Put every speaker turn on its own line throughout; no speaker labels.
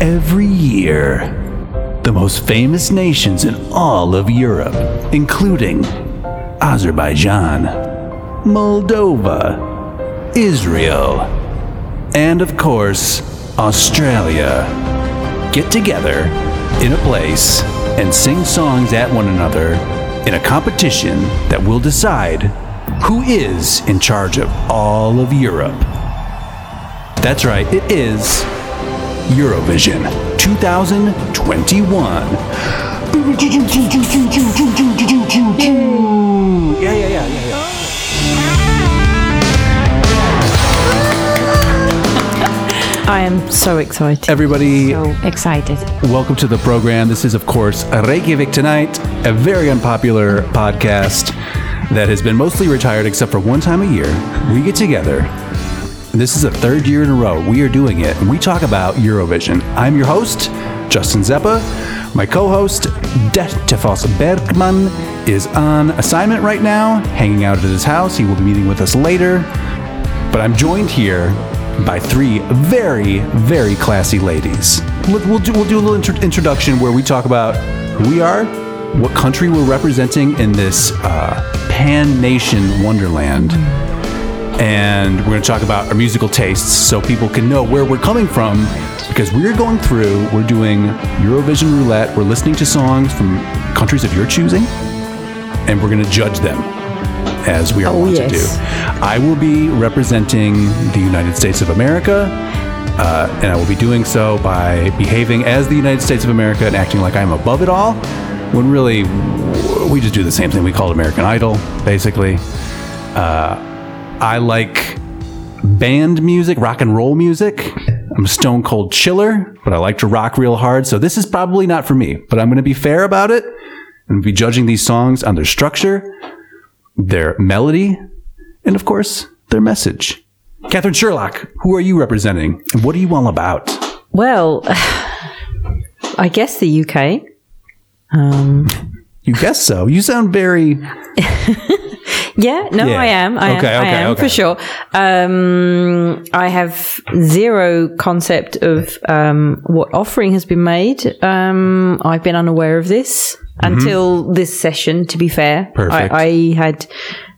every year. The most famous nations in all of Europe, including Azerbaijan, Moldova, Israel, and of course, Australia get together in a place and sing songs at one another in a competition that will decide who is in charge of all of Europe. That's right, it is Eurovision 2021. Yeah, yeah, yeah, yeah, yeah.
I am so excited.
Everybody,
So excited.
Welcome to the program. This is, of course, Reykjavik Tonight, a very unpopular podcast that has been mostly retired except for one time a year. We get together. and This is the third year in a row we are doing it, and we talk about Eurovision. I'm your host, Justin Zeppa. My co host, Detefos Bergman, is on assignment right now, hanging out at his house. He will be meeting with us later. But I'm joined here by three very, very classy ladies. Look, we'll do, we'll do a little intro- introduction where we talk about who we are, what country we're representing in this uh, pan nation wonderland, and we're going to talk about our musical tastes so people can know where we're coming from because we're going through, we're doing Eurovision roulette, we're listening to songs from countries of your choosing, and we're going to judge them as we are
Oh,
wont to do.
yes.
I will be representing the United States of America, uh, and I will be doing so by behaving as the United States of America and acting like I'm above it all, when really w- we just do the same thing we call American Idol, basically. Uh, I like band music, rock and roll music. I'm a stone cold chiller, but I like to rock real hard, so this is probably not for me, but I'm going to be fair about it and be judging these songs on their structure, their melody, and of course, their message. Catherine Sherlock, who are you representing? And what are you all about?
Well, I guess the UK. Um,
You guess so. You sound very.
yeah, no,
Yeah.
I am. I
Okay,
am.
okay,
I am
okay.
for sure. Um, I have zero concept of um, what offering has been made. Um, I've been unaware of this until this session. To be fair,
Mm-hmm. Perfect. Mm-hmm.
I, I had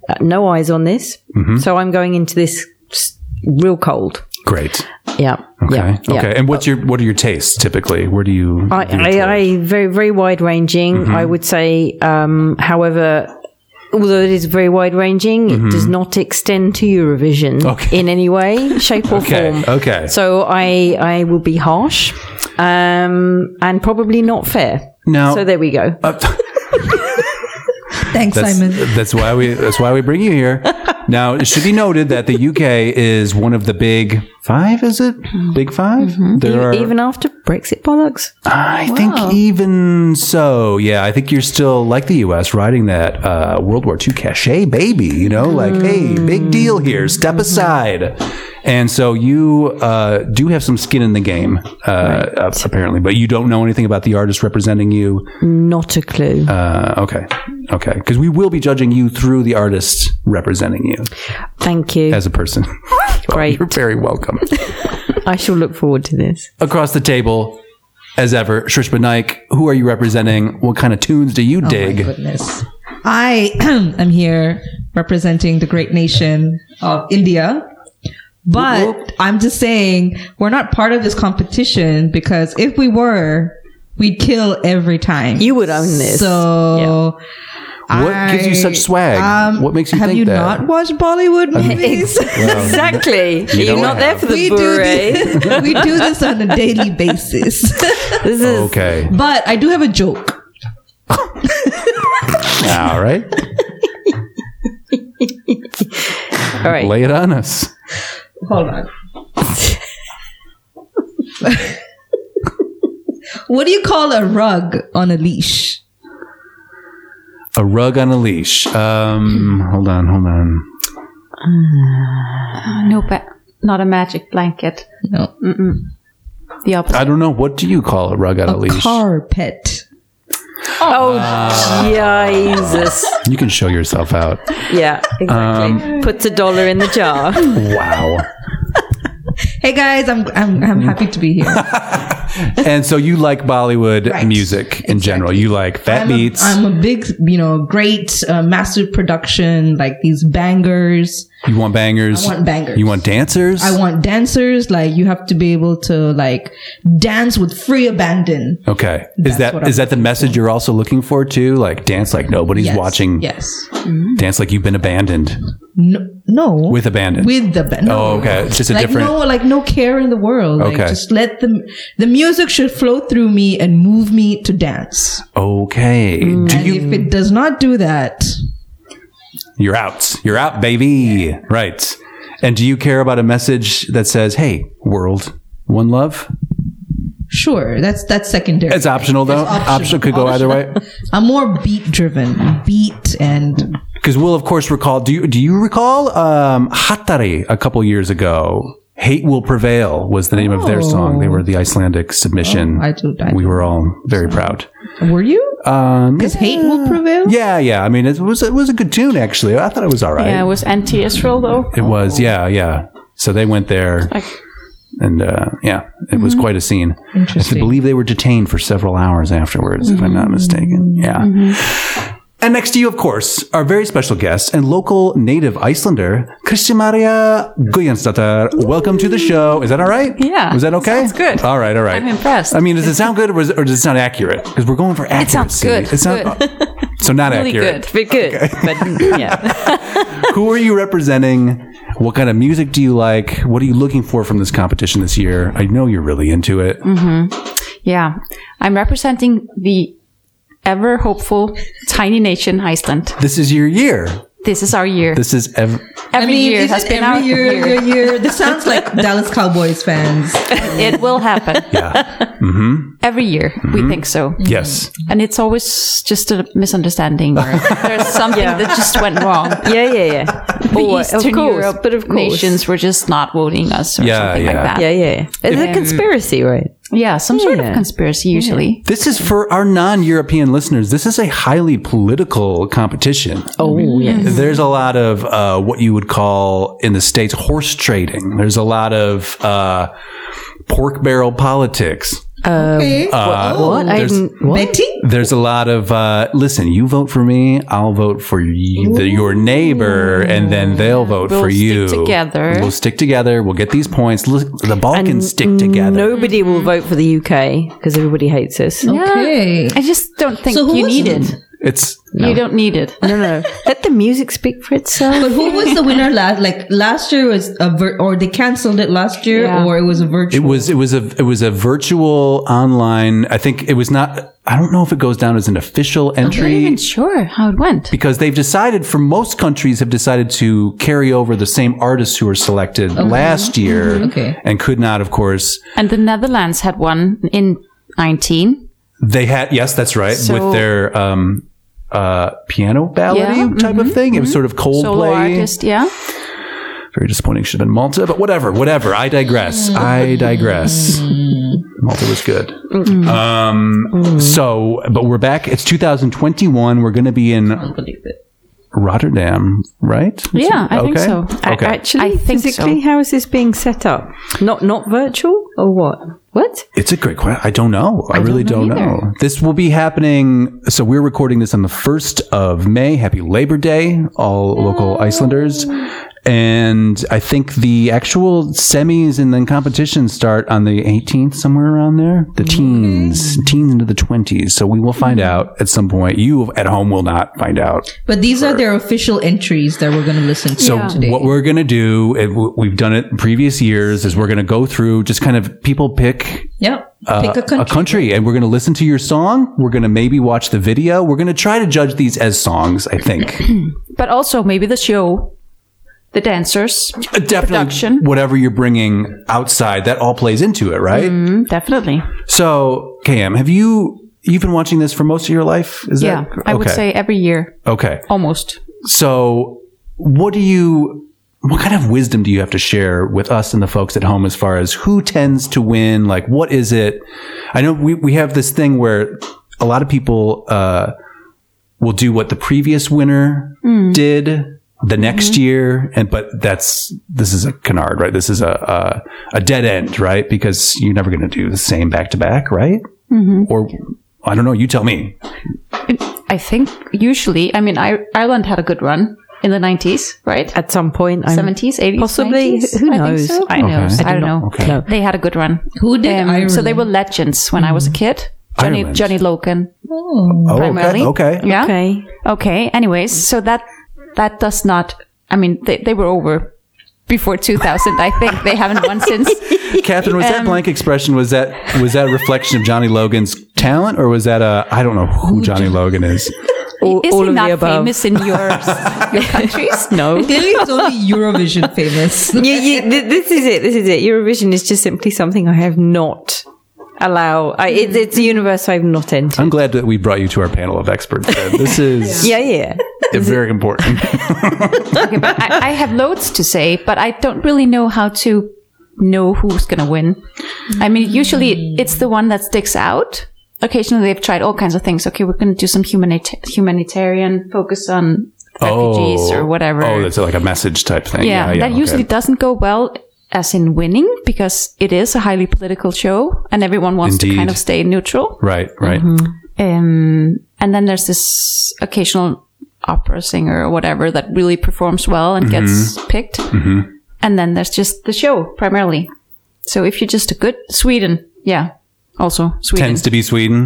uh, no eyes on this, so I'm going into this s- real cold.
Great.
Yeah.
Okay.
Yeah. yeah.
Okay. And what's your what are your tastes typically? Where do you?
I, I, I very very wide ranging. I
Mm-hmm.
would say, um, however. Although it is very wide ranging, it does not extend to Eurovision
Mm-hmm. Okay.
in any way, shape, or
Okay,
form.
okay.
So I I will be harsh, um, and probably not fair.
Now-
So there we go.
Thanks,
Uh, that's,
Simon.
that's why we that's why we bring you here. Now, it should be noted that the UK is one of the big five. Is it big 5 There are
E, Even after Brexit bollocks,
I think even so, yeah, I think you're still like the U.S. riding that uh, World War II cachet, baby. You know, like, hey, big deal here. Step aside. And so you uh, do have some skin in the game, uh, uh, apparently, but you don't know anything about the artist representing you.
not a clue.
Uh, okay, okay, because we will be judging you through the artist representing you
Thank you.
as a person.
Great.
You're very welcome.
I shall look forward to this.
across the table, as ever, Shrishma Naik, who are you representing? What kind of tunes do you dig?
Oh Goodness. I am here representing the great nation of India. But I'm just saying we're not part of this competition because if we were, we'd kill every time.
You would own this.
So um,
What gives you such swag? What makes you
have
think
you
that?
not watched Bollywood movies?
Um,
exactly. You are
don't
not there for the
we do
beret.
this, we do this on a daily basis.
This is
Okay.
but I do have a joke.
All right.
all right.
Lay it on us.
Hold on. what do you call a rug on a leash?
A rug on a leash. Um, hold on, hold on.
No, but not a magic blanket.
No.
The opposite.
I don't know. What do you call a rug on a, leash?
Carpet.
Oh, Jesus.
You can show yourself out.
Yeah, exactly. Puts a dollar in the jar.
Wow.
Hey guys, I'm I'm I'm happy to be here.
and so you like Bollywood
Right.
music in general. You like fat
I'm a-
beats.
I'm a big, you know, great, uh, massive production, like these bangers.
you want bangers.
I want bangers.
You want dancers.
I want dancers. Like you have to be able to like dance with free abandon.
okay. Is
That's
that
what
is
I'm
that the message you're also looking for too? Like dance like nobody's
Yes.
watching.
Yes.
Dance like you've been abandoned
No. no.
with abandon.
with the band.
Oh, okay. It's just a
like
different-
no, like no care in the world. Like
Okay.
just let the the music should flow through me and move me to dance.
okay. Do
And
you
if it does not do that,
You're out. You're out, baby. Right. And do you care about a message that says, "Hey, world, one love"?
sure, that's that's secondary.
It's optional though.
It's optional.
optional could go either way.
I'm more beat driven, beat and
Because we'll of course recall. Do you do you recall um, Hattari a couple years ago? Hate will prevail was the name of their song. They were the Icelandic submission.
Oh, I do- I
we
do.
were all very proud.
were you?
Um,
Because hate will prevail.
yeah, yeah. I mean, it was it was a good tune actually. I thought it was all right.
Yeah, it was anti-Israel though.
It was, yeah, yeah. So they went there,
Like-
and uh, yeah, it was
Mm-hmm.
quite a scene.
Interesting.
I believe they were detained for several hours afterwards, if I'm
Mm-hmm.
not mistaken. Yeah. And next to you, of course, our very special guest and local native Icelander, Kristi Maria Gujansdatter. Welcome to the show. Is that all right?
Yeah.
Was that okay?
Sounds good.
All right, all right.
I'm impressed.
I mean, does it sound good or, is, or does it sound accurate? Because we're going for accuracy.
sounds good.
It sounds so not
Really
accurate.
good.
But good. But mm, yeah.
Who are you representing? What kind of music do you like? What are you looking for from this competition this year? I know you're really into it.
Mm.
Yeah, I'm representing the ever hopeful tiny nation Iceland.
This is your year.
This is our year.
This is ev-
every year
isn't
has been our
every year,
year.
your year. This sounds like Dallas Cowboys fans.
It will happen
yeah.
every year. We
Mm-hmm.
think so.
yes.
And it's always just a misunderstanding or there's something that just went wrong.
Yeah, yeah, yeah.
The
Or,
Eastern
of course.
Europe
but of course.
nations were just not voting us or
Yeah,
something
yeah.
like that.
Yeah,
Yeah,
yeah. It's a conspiracy, right?
some sort
Yeah.
of conspiracy usually.
This is for our non-European listeners. This is a highly political competition. Mm.
Oh, yeah.
There's a lot of uh, what you would call in the states horse trading. There's a lot of uh, pork barrel politics.
Okay.
Uh,
What? I
There's-
didn't- what?
Um, Betty?
There's a lot of uh, listen. You vote for me, I'll vote for you, the, your neighbor, and then they'll vote
We'll
for
stick
you.
together.
We'll stick together. We'll get these points. Look, the Balkans stick together.
Nobody
Mm-hmm.
will vote for the UK because everybody hates us. No,
Okay.
I just don't think
So who
you
was
need it.
It's
You don't need it.
no. Let the music speak for itself.
But who was the winner last? Like last year was a vir- or they canceled it last year,
Yeah.
or it was a virtual.
it was it was a it was a virtual online. I think it was not. I don't know if it goes down as an official
I'm not
entry.
even sure how it went.
because they've decided for most countries have decided to carry over the same artists who were selected last year
Mm-hmm.
Okay.
and could not of course
And the Netherlands had one in 19.
They had yes, that's right.
So-
with their um, uh, piano ballady
Yeah, mm-hmm,
type of thing. It was sort of Coldplay.
Solo artist, yeah.
Very disappointing. Should have been Malta, but whatever, whatever. I
Mm.
digress. I digress. Malta was good.
Mm.
Um, so, but we're back. It's 2021. We're going to be in
Believe it.
Rotterdam, right?
Yeah, I think so. I-
okay.
Actually,
I think
physically, how is this being set up? Not not virtual or what? What?
It's a great question. I don't know. I, really don't
don't
know,
know
This will be happening. So we're recording this on the 1st of May. Happy Labor Day, all local Icelanders. And I think the actual semis and then competitions start on the 18th, somewhere around there. The teens, teens into the 20s. So we will find out at some point. You at home will not find out.
But these are their official entries that we're going to listen to
So
today.
what we're going to do, and w- we've done it in previous years, is we're going to go through just kind of people pick
yep.
uh,
Pick a country.
and we're going to listen to your song. We're going to maybe watch the video. We're going to try to judge these as songs, I think.
But also maybe the show, the dancers.
Definitely
Production.
whatever you're bringing outside, that all plays into it, right?
Mm, definitely.
So, KM, have you you've been watching this for most of your life? Is
Yeah.
that
I would
okay.
say every year,
Okay.
almost.
So, what do you what kind of wisdom do you have to share with us and the folks at home as far as who tends to win? Like, what is it? I know we, we have this thing where a
Hmm.
lot of people uh, will do what the previous winner did, the
Mm-hmm.
next year and but that's this is a canard right this is a a, a dead end right because you're never going to do the same back to back right
Mm-hmm.
or i don't know you tell me
I think usually, I mean, I, Ireland had a good run in the 90s, right?
At some point, I'm,
70s, 80s,
Possibly.
90s?
Who
I think
knows?
so.
I
Who knows?
Okay.
I don't know.
Okay.
No.
They had a good run.
Who did
Um, so they
Ireland?
were legends when I was a kid. Johnny
Hmm. Ireland.
Johnny Logan
oh,
primarily.
okay okay
Yeah.
Okay.
Okay. Anyways, so that that does not. I mean, they, they were over before 2000. I think they haven't won since.
catherine was that
Um,
blank expression was that was that a reflection of johnny logan's talent or was that a i don't know who johnny logan is
All,
Is
all
he
of the
not
above.
famous in your, your countries?
No.
Clearly, it's only Eurovision famous.
you, you, th- this is it. This is it. Eurovision is just simply something I have not allow. I, it, it's a universe I've not entered.
i'm glad that we brought you to our panel of experts Deb. this is
Yeah, yeah.
very important
I, I have loads to say, but I don't really know how to know who's going to win. I mean, usually it's the one that sticks out. Occasionally they've tried all kinds of things. Okay, we're going to do some humanita- humanitarian focus on refugees or whatever.
oh that's like a message type thing
yeah,
yeah,
that
okay.
usually doesn't go well as in winning because it is a highly political show and everyone wants to kind
Indeed.
of stay neutral.
right right
Mm-hmm. Um, and then there's this occasional opera singer or whatever that really performs well and
Mm-hmm.
gets picked. And then there's just the show primarily. So if you're just a good Sweden, yeah, also Sweden
tends
tends
to be sweden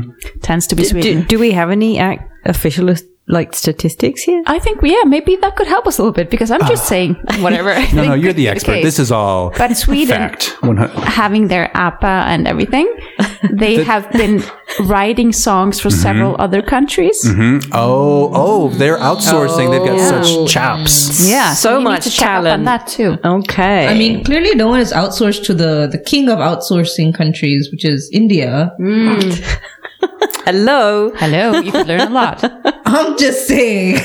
to, be Sweden.
Do, do we have any act, official like statistics here?
I think yeah, maybe that could help us a little bit because I'm just saying whatever. I
Ah. no no
think
you're
could
the
be
expert
case.
this is all
but Sweden
fact 100
having their APA and everything, they have been writing songs
Mm-hmm.
for several other countries.
Oh, oh, they're outsourcing. They've got
Oh.
such chops.
Yeah,
So
you need
much
to check up on
talent.
that too.
Okay.
I mean, clearly, no one is outsourced to the, the king of outsourcing countries, which is India.
hello.
Hello, you could learn a lot.
I'm just saying.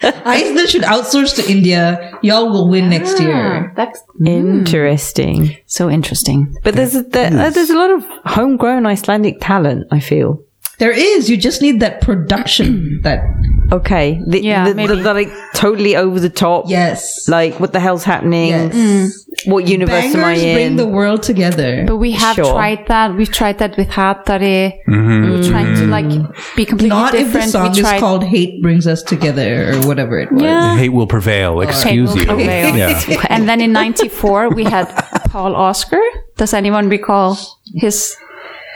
Iceland should outsource to India. Y'all will win next year.
That's
Interesting.
so interesting.
Hmm. But there's a, there, uh, there's a lot of homegrown Icelandic talent. I feel
There is. You just need that production. that
okay. The,
Yeah,
the,
maybe.
the- the, like totally over the top.
yes,
Like what the hell's happening?
yes.
What universe am I
Mm. Bangers bring
in?
the world together.
But we have
Sure.
tried that. We've tried that with Hatare. We're trying to like be completely
Not if the
different.
song
we
is
tried.
called "Hate Brings Us Together" or whatever it was.
Yeah.
Hate will prevail. Excuse
Hate
you.
will prevail.
Yeah.
and then in '94 we had Paul Oscar. Does anyone recall his?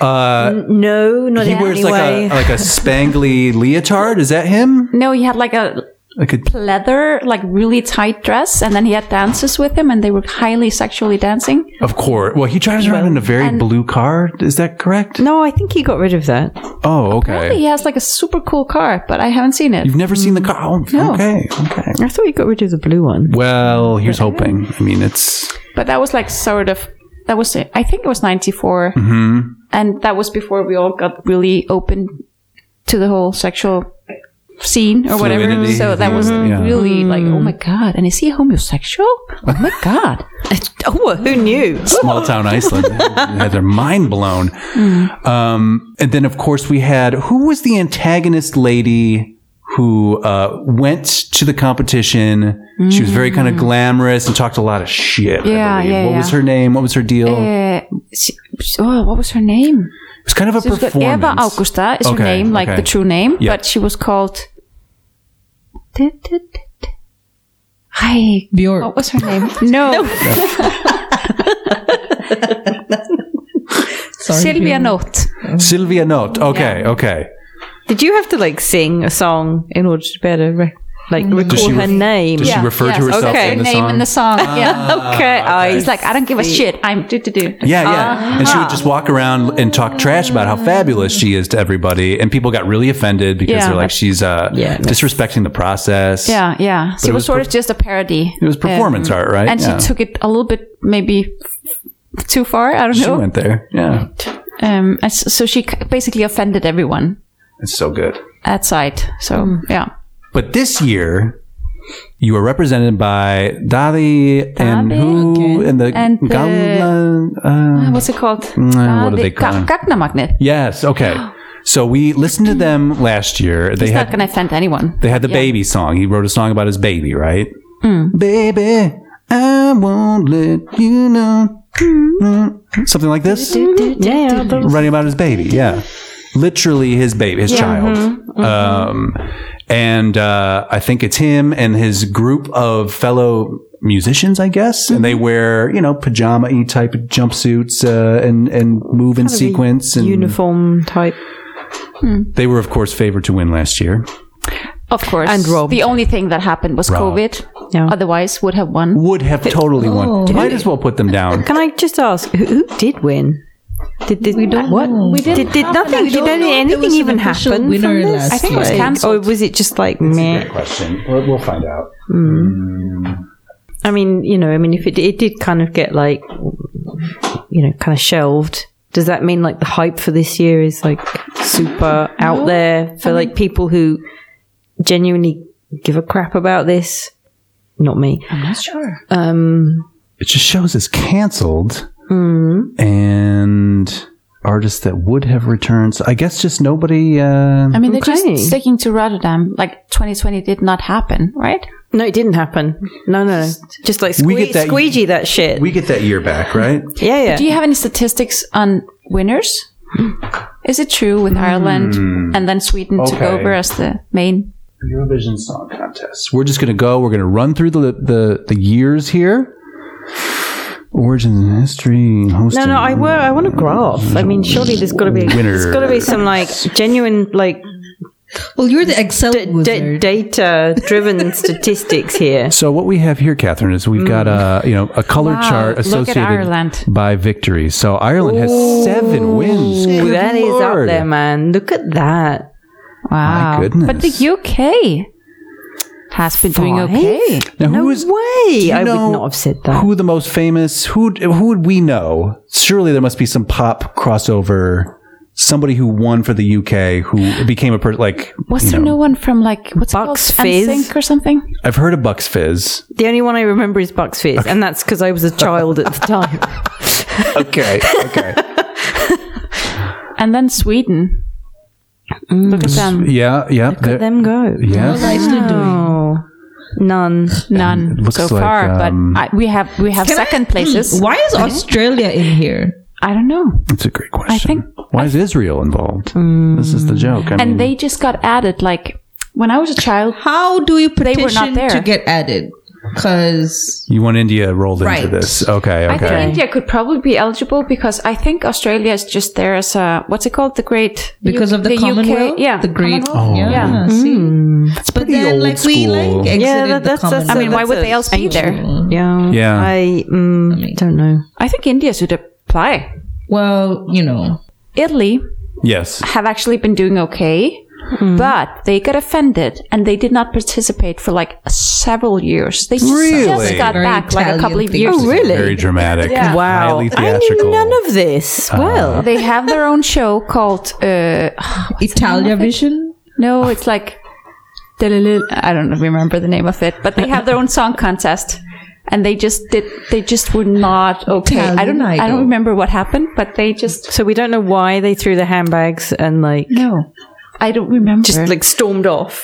Uh,
no, not
he
in
wears
any
like
way.
a like a spangly leotard. Is that him?
No, he had like a
Like a,
leather, like really tight dress, and then he had dancers with him, and they were highly sexually dancing.
of course. Well, he drives around in a very blue car. Is that correct?
no, I think he got rid of that.
Oh, okay.
He has like a super cool car, but I haven't seen it.
You've never seen the car. Oh, Okay. Okay.
I thought he got rid of the blue one.
Well, here's hoping. I mean, it's
But that was like sort of that was I think it was '94, mm-hmm. and that was before we all got really open to the whole sexual scene or whatever.
Fluidity. Mm-hmm.
So that was
Yeah.
really like, oh my god! And is he homosexual? Oh my god!
oh, well, who knew?
small town Iceland. They had their mind blown.
Hmm.
Um, and then, of course, we had who was the antagonist lady who uh, went to the competition? She was very kind of glamorous and talked a lot of shit. I
Hmm. Yeah,
believe.
yeah,
What
yeah.
was her name? What was her deal? it
Uh, she, oh, what was her name?
was kind of a
She was called
performance.
Eva Augusta is
Okay,
her name, like
okay.
the true name,
Yeah.
but she was called. Hi,
Bjork.
what was her name? No,
Sorry,
Sylvia
Bjork.
Note.
Sylvia Note. Okay, okay.
Did you have to like sing a song in order to be able to re- like
Mm.
recall
she
her
ref-
name?
Does she
Yeah,
refer
yes,
to herself
okay.
in the
Her name
song? Ah,
in the song. yeah.
okay, I
It's like I don't give a shit. I'm do do do.
Yeah, yeah.
Uh-huh.
And she would just walk around and talk trash about how fabulous she is to everybody. And people got really offended because
Yeah.
they're like, she's uh,
Yeah.
disrespecting the process.
Yeah, yeah. She
it
was,
was
sort
per-
of just a parody.
It was performance art, right?
And
yeah.
she took it a little bit maybe f- too far. I don't
She
know.
went there. Yeah.
Um, and s- so she c- basically offended everyone
It's so good.
outside. So
Hmm.
yeah,
But this year, you were represented by Dali and
Dali,
who
okay.
and the
And the-
Gamla, uh,
what's it called?
Mm, what
Uh,
do
the
they call
Ga-
it?
Gagna magnet.
Yes. Okay. So we listened to them last year. They
He's
had
not going to offend anyone.
They had the baby song. He wrote a song about his baby, right? Baby, I won't let you know. Mm-hmm. Something like this?
Yeah, yeah.
Writing about his baby, yeah. Literally his baby, his child. Um, and uh, I think it's him and his group of fellow musicians, I guess. And they wear, you know, pajama y type jumpsuits uh, and, and move in sequence. And
Uniform type.
they were, of course, favored to win last year.
Of course.
And robbed.
The only thing that happened was
Robbed.
COVID.
Yeah.
Otherwise, would have won.
Would have totally won. Might as well put them down.
Can I just ask who, who did win? Did, did we don't what? We
didn't
did, did
have
nothing?
an
Did
official-
any,
there
anything
was an
even
official
happen?
winner
from this?
last I
think it was year.
Or
cancelled.
was it just like meh?
question. We'll, we'll find out.
I mean, you know, I mean, if it it did kind of get like, you know, kind of shelved. Does that mean like the hype for this year is like super out there
Um,
for like people who genuinely give a crap about this? Not me. Um,
I'm not sure.
It just shows it's canceled
Mm-hmm.
and artists that would have returned. So I guess just nobody. Uh,
I mean, they're
Okay.
just sticking to Rotterdam. Like 2020 did not happen, right?
No, it didn't happen. No, no, just like
We
squee-
get that-
squeegee that shit.
we get that year back, right?
yeah, yeah.
Do you have any statistics on winners? Is it true with Ireland and then Sweden took
Hmm. Okay.
over as the main?
Eurovision Song Contest. We're just going to go. We're going to run through the, the the years here. Origin and history. Hosting.
No, no, I, wa- I want a graph. I mean, surely there's got to be
Winners.
there's got to be some like genuine like
Well, you're the Excel
d-
wizard.
data driven statistics here.
So what we have here, Catherine, is we've got
Mm.
a you know a color
Wow,
chart
look at Ireland.
associated by victory. So Ireland has seven wins.
Ooh,
Good
that is
lord.
up there, man. Look at that.
Wow.
goodness.
But the UK has been doing
Five?
okay.
Now,
No
who is
way.
you
I
know
would not have said that.
Who the most famous? Who who would we know? Surely there must be some pop crossover. Somebody who won for the UK who became a per like.
Was
you
there
know.
no one from like what's
Bucks
it called?
Fizz?
NSYNC or something?
I've heard of Bucks Fizz.
the only one I remember is Bucks Fizz, and that's because I was a child at the time.
Okay, okay,
And then Sweden.
Hmm.
Look at them.
yeah, yeah. there-
Let them go.
yeah.
Oh, none.
None
looks
so
like,
far,
um,
but I, we have we have
Can I- Hmm.
second places.
Why is Australia in here?
I don't know.
That's a great question.
think-
Why is Israel involved?
Mm.
this is the joke. I mean,
And they just got added. Like when I was a child,
How do you
not
petition
there.
to get added? Because
you want India rolled
Right.
into this? Okay,
I think
okay.
India could probably be eligible because I think Australia is just there as a what's it called? The Great
because
U-
of the,
UK
Commonwealth,
yeah,
the great,
Commonwealth.
yeah,
yeah.
see? but
Oh. pretty
then
old
like we
school.
like exited
Yeah, that- that's-
the
that's-
Commonwealth.
I mean, why
That's
would
a
they else be there?
Yeah.
Yeah.
I mm, don't know.
I think India should apply.
well, you know,
Italy
Yes,
have actually been doing okay,
Hmm.
but they got offended and they did not participate for like several years. They just,
Really?
just got
Very
back like a couple
Italian
of
thing.
years.
Oh, really?
very dramatic.
Wow.
highly
I knew
theatrical.
none of this. well,
They have their own show called uh,
Italia Vision.
no, it's like I don't remember the name of it, but they have their own song contest. And they just did. They just were not okay. I don't.
Italian
I
Idol.
don't remember what happened, but they just
so we don't know why they threw the handbags and like
no. I don't remember.
just like stormed off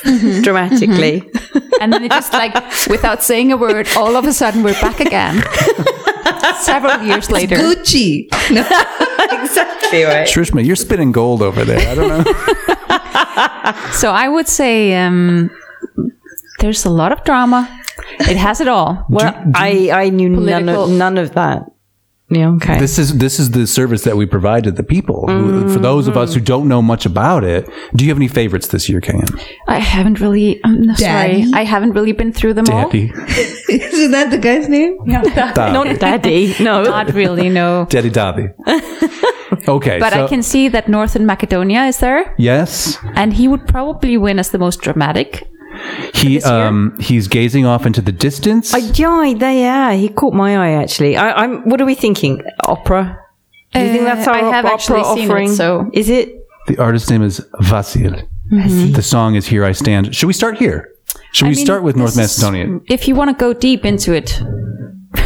dramatically.
And then it just like, without saying a word, all of a sudden we're back again. Several years later.
Gucci. No,
exactly right.
Trishma, you're spinning gold over there. I don't know.
So I would say um, there's a lot of drama. It has it all.
Well, I I knew none
Political-
of none of that. Yeah. Okay.
this is this is the service that we provide to the people. Who- For those of us who don't know much about it, do you have any favorites this year, Kane?
I haven't really, I'm no, sorry,
Daddy?
I haven't really been through them
Daddy,
isn't that the guy's name?
Dobby.
Not daddy. No.
all. Not really, no.
Daddy Dobby. Okay,
But
so-
I can see that Northern Macedonia is there,
Yes,
and he would probably win as the most dramatic.
he um he's gazing off into the distance.
Yeah, they are. He caught my eye actually. I, I'm. What are we thinking? Opera. Do you think that's
Uh,
our
I have
opera
actually seen it,
offering?
so-
is it?
the artist's name is Vasil. The song is "Here I Stand." Should we start here? Should we
mean,
start with North
this is-
Macedonia?
If you want to go deep into it,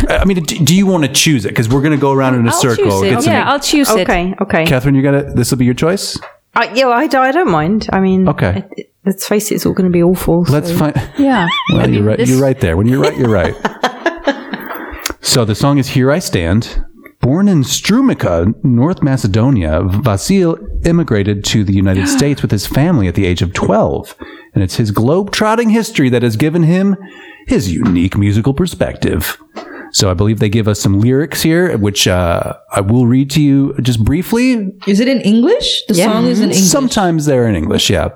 I mean, do, do you want to choose it? Because we're going to go around in a
I'll
circle.
choose it.
Get some-
Yeah, I'll choose it.
Okay. Okay.
Catherine, you got to This will be your choice.
I, yeah, I, don't- I don't mind. I mean,
Okay.
I- let's face it, it's all going to be awful.
Let's
so-
find.
Yeah.
Well, you're right.
this-
You're right there. When you're right, you're right. so the song is "Here I Stand." Born in Strumica, North Macedonia, Vasil immigrated to the United States with his family at the age of 12, and it's his globe-trotting history that has given him his unique musical perspective. So I believe they give us some lyrics here, which uh, I will read to you just briefly.
Is it in English? The song is in English.
Sometimes they're in English, yeah.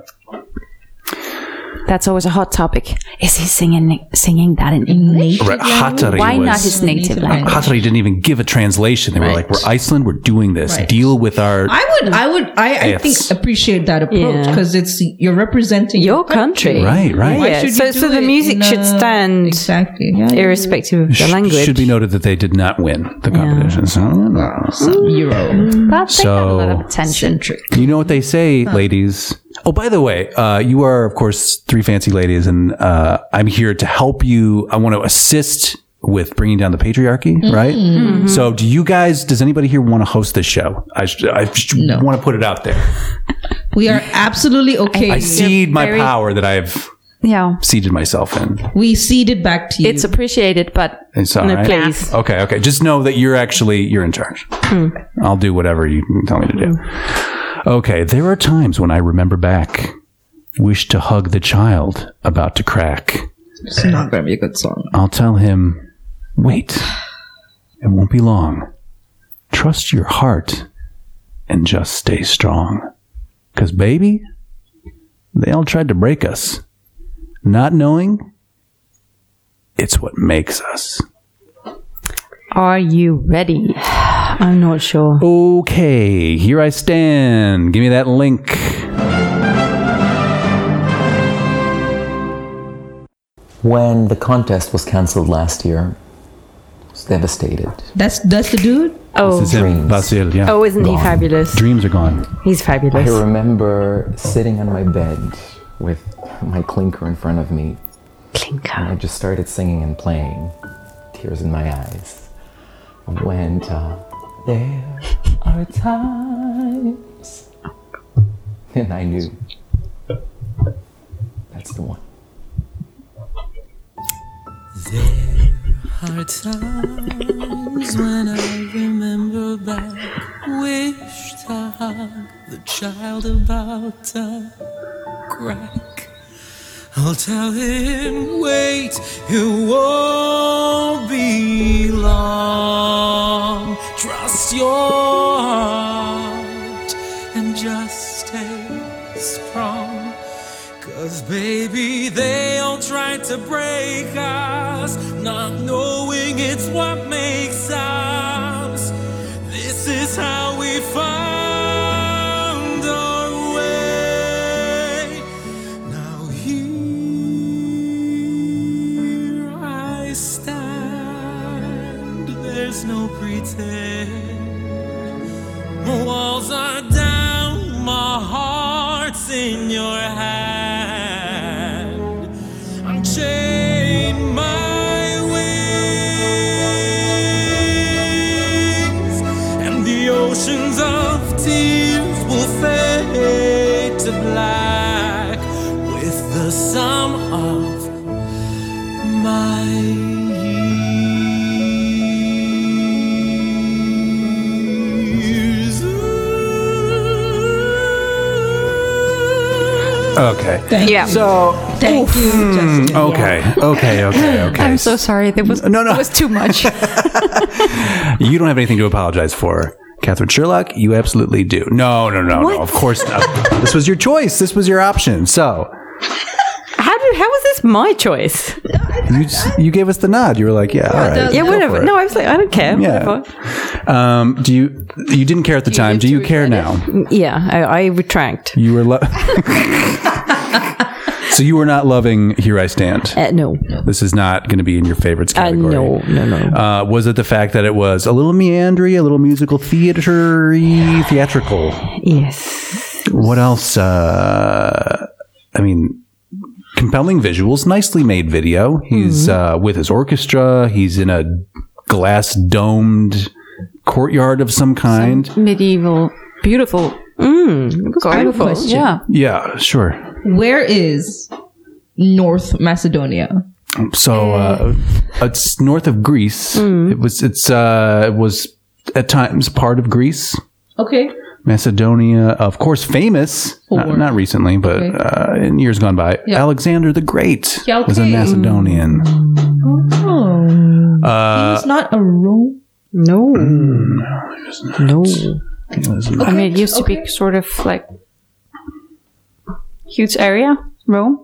That's always a hot topic. Is he singing singing that in English?
Right, Hatari
Why not
was-
his native language?
Hatari didn't even give a translation. They were like,
Right.
"We're Iceland. We're doing this.
Right.
Deal with our."
I would, I would, I, I
Yes.
think appreciate that approach
Yeah.
because it's you're representing
your country.
Right, right.
Why
Yeah,
should you
so-
do
so the
it
music
in
should
a-
stand
exactly. Yeah, yeah.
Irrespective of the
Sh-
language.
Should be noted that they did not win the competition. So,
Euro
Mm.
But they had a lot
So-
of attention.
centric.
you know what they say, ladies. Oh, by the way, uh, you are of course three fancy ladies, and uh, I'm here to help you. I want to assist with bringing down the patriarchy,
Mm-hmm.
right?
Mm-hmm.
So, do you guys? Does anybody here want to host this show? I, sh- I sh- want to put it out there.
We are absolutely okay.
I cede my
very-
power that I've
Yeah.
seated myself in.
we ceded back to you.
It's appreciated, but
It's all
No,
right.
please. Hmm.
Okay, okay. Just know that you're actually you're in charge. I'll do whatever you tell me to do. Okay, there are times when I remember back, wish to hug the child about to crack.
It's not going to be a good song.
I'll tell him, wait, it won't be long. Trust your heart and just stay strong. 'Cause baby, they all tried to break us. Not knowing, it's what makes us.
Are you ready? I'm not sure.
Okay, here I stand. Give me that link.
When the contest was cancelled last year, I was devastated.
That's that's the dude.
Oh,
This is him,
Dreams.
Vasil. Yeah.
oh, isn't he fabulous?
Dreams are gone.
He's
I
fabulous.
remember sitting on my bed with my clinker in front of me, and I
Clinker.
just started singing and playing, tears in my eyes. Went, uh, there are times. And I knew that's the one.
Hard times when I remember back, wish to hug the child about to crack. I'll tell him, wait, it won't be long. Trust your heart and just stay strong. Cause baby, they all tried to break us, not knowing it's what makes us. This is how we found our way. Now here I stand. There's no pretend. My walls are down, my heart's in your hand. I'm chained my wings, and the oceans of tears will fade to black with the sum of my years.
Okay.
Thank
Yeah.
So
you. Thank you, Justin.
okay, okay, okay, okay.
I'm so sorry. There was
No, no.
It was too much.
You don't have anything to apologize for, Catherine Sherlock. You absolutely do. No, no, no, no. Of course not. this was your choice. This was your option. So
How did? How was this my choice?
you just, you gave us the nod. You were like, yeah, all right.
Yeah,
go for
whatever.
it.
No, I was like, I don't care.
Yeah.
Whatever.
Um, do you you didn't care at the time? Do you care now?
Yeah, I, I retract.
You were lo- so you were not loving. Here I stand.
Uh, no,
This is not going to be in your favorites
uh,
category.
no, no, no.
Uh, was it the fact that it was a little meandry, a little musical theater theatrical?
Yes.
What else? Uh, I mean, compelling visuals, nicely made video. He's
Mm-hmm.
uh, with his orchestra. He's in a glass domed courtyard of some kind.
Medieval, beautiful
I have a question.
Yeah.
Yeah, sure.
Where is North Macedonia?
So uh,
Mm.
it's north of Greece. It was it's uh, it was at times part of Greece.
Okay.
Macedonia, of course, famous. Not,
For-
not recently, but uh, in years gone by. Alexander the Great
Yeah,
was a
okay.
Macedonian.
Oh. it's not a Rome.
No. No.
He was
I mean, it used to be sort of like huge area, Rome.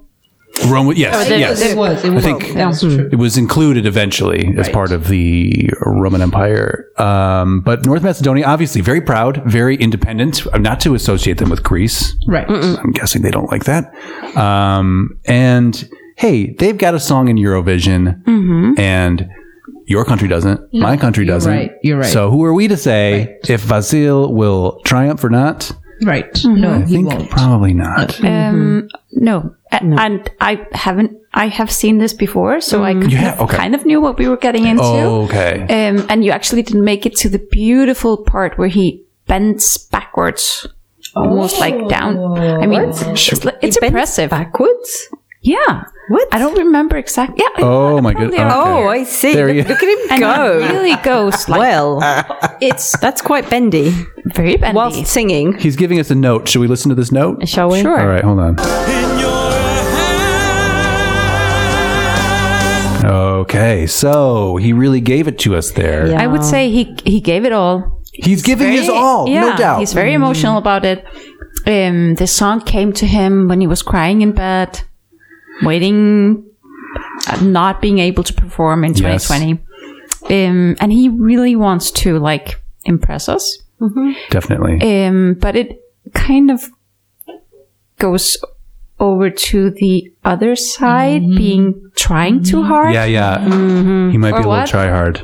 Roman,
Oh,
yes,
there-
yes.
It was. It was.
think-
Rome. That's true.
It was included eventually as part of the Roman Empire. Um, but North Macedonia, obviously, very proud, very independent. uh, Not to associate them with Greece.
Right.
I'm guessing they don't like that. Um, and hey, they've got a song in Eurovision, and your country doesn't. my country doesn't.
right, you're right.
So who are we to say if Vasil will triumph or not?
Right.
Mm-hmm.
No,
I
he
think
won't.
probably not.
Um, no. A- and I haven't. I have seen this before, so
Mm-hmm.
I kind,
You have-
of,
okay. Oh.
kind of knew what we were getting into.
okay.
Um, and you actually didn't make it to the beautiful part where he bends backwards, almost like down. I mean, it's, it's, like- it's impressive.
Backwards?
Yeah.
What?
I don't remember exactly. Yeah.
Oh, my
probably
goodness.
around
Okay.
Oh, I see.
There
Look,
you-
look at him
And
go.
it really goes like
Well,
it's
that's quite bendy.
very bendy.
Whilst singing,
He's giving us a note. Should we listen to this note?
shall we?
Sure.
All right, hold on.
in your hand.
Okay, so he really gave it to us there.
Yeah.
I would say he he gave it all.
He's giving his
Very-
all,
yeah,
no doubt.
He's very emotional about it. Um, the song came to him when he was crying in bed, waiting, uh, not being able to perform in
Yes.
2020. Um, and he really wants to like impress us.
Definitely.
Um, but it kind of goes over to the other side, being trying too hard.
Mm-hmm. yeah, yeah.
Mm-hmm.
He might be a little
what?
try hard.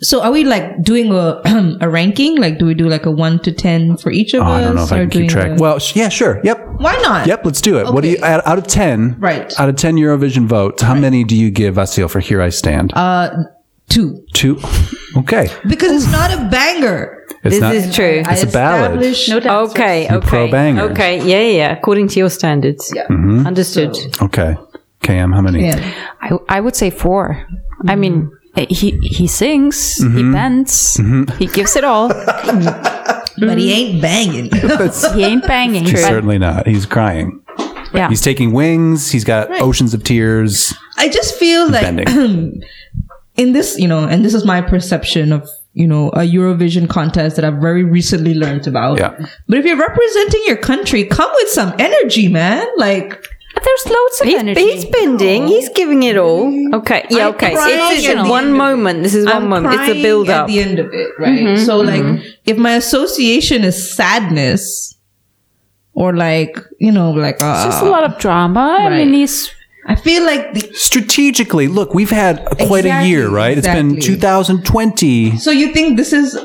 So are we like doing a a ranking? Like, do we do like a one to ten for each of
Oh,
us?
I don't know if I
or
can keep
doing
track.
a-
Well, sh- yeah, sure. Yep.
Why not?
Yep, let's do it. What do you
Okay.
out out of 10?
Right.
Out of 10 Eurovision votes, how many do you give Vasil for Here I Stand?
Uh, Two.
Two. Okay.
Because it's not a banger.
It's
This
not
is true.
It's a ballad.
established-
Okay,
You're
okay.
pro bangers.
Okay, yeah, yeah, yeah. According to your standards.
Yeah.
Mm-hmm. Understood.
Okay. KM, how many?
Yeah.
I, I would say 4 I mean, eh,
Mm-hmm.
he he sings, he bends, he gives it all.
But he ain't banging.
he ain't banging.
He's
but
certainly not. He's crying.
Yeah.
He's taking wings. He's got oceans of tears.
I just feel like
Bending.
in this, you know, and this is my perception of, you know, a Eurovision contest that I've very recently learned about.
Yeah.
But if you're representing your country, come with some energy, man. Like
But there's loads of
He's,
energy.
he's bending. He's giving it all. Okay. Yeah.
I'm
Okay.
crying
This
at
isn't
the
one
end of it.
moment. This is one
I'm
moment. It's a
crying
build
at
up.
the end of it, right?
Mm-hmm.
So like if my association is sadness or like, you know, like uh,
There's a lot of drama. I mean,
Right.
he's
I feel like the,
Strategically, look, we've had quite a
Exactly,
year, right? It's been
exactly.
2020.
so you think this is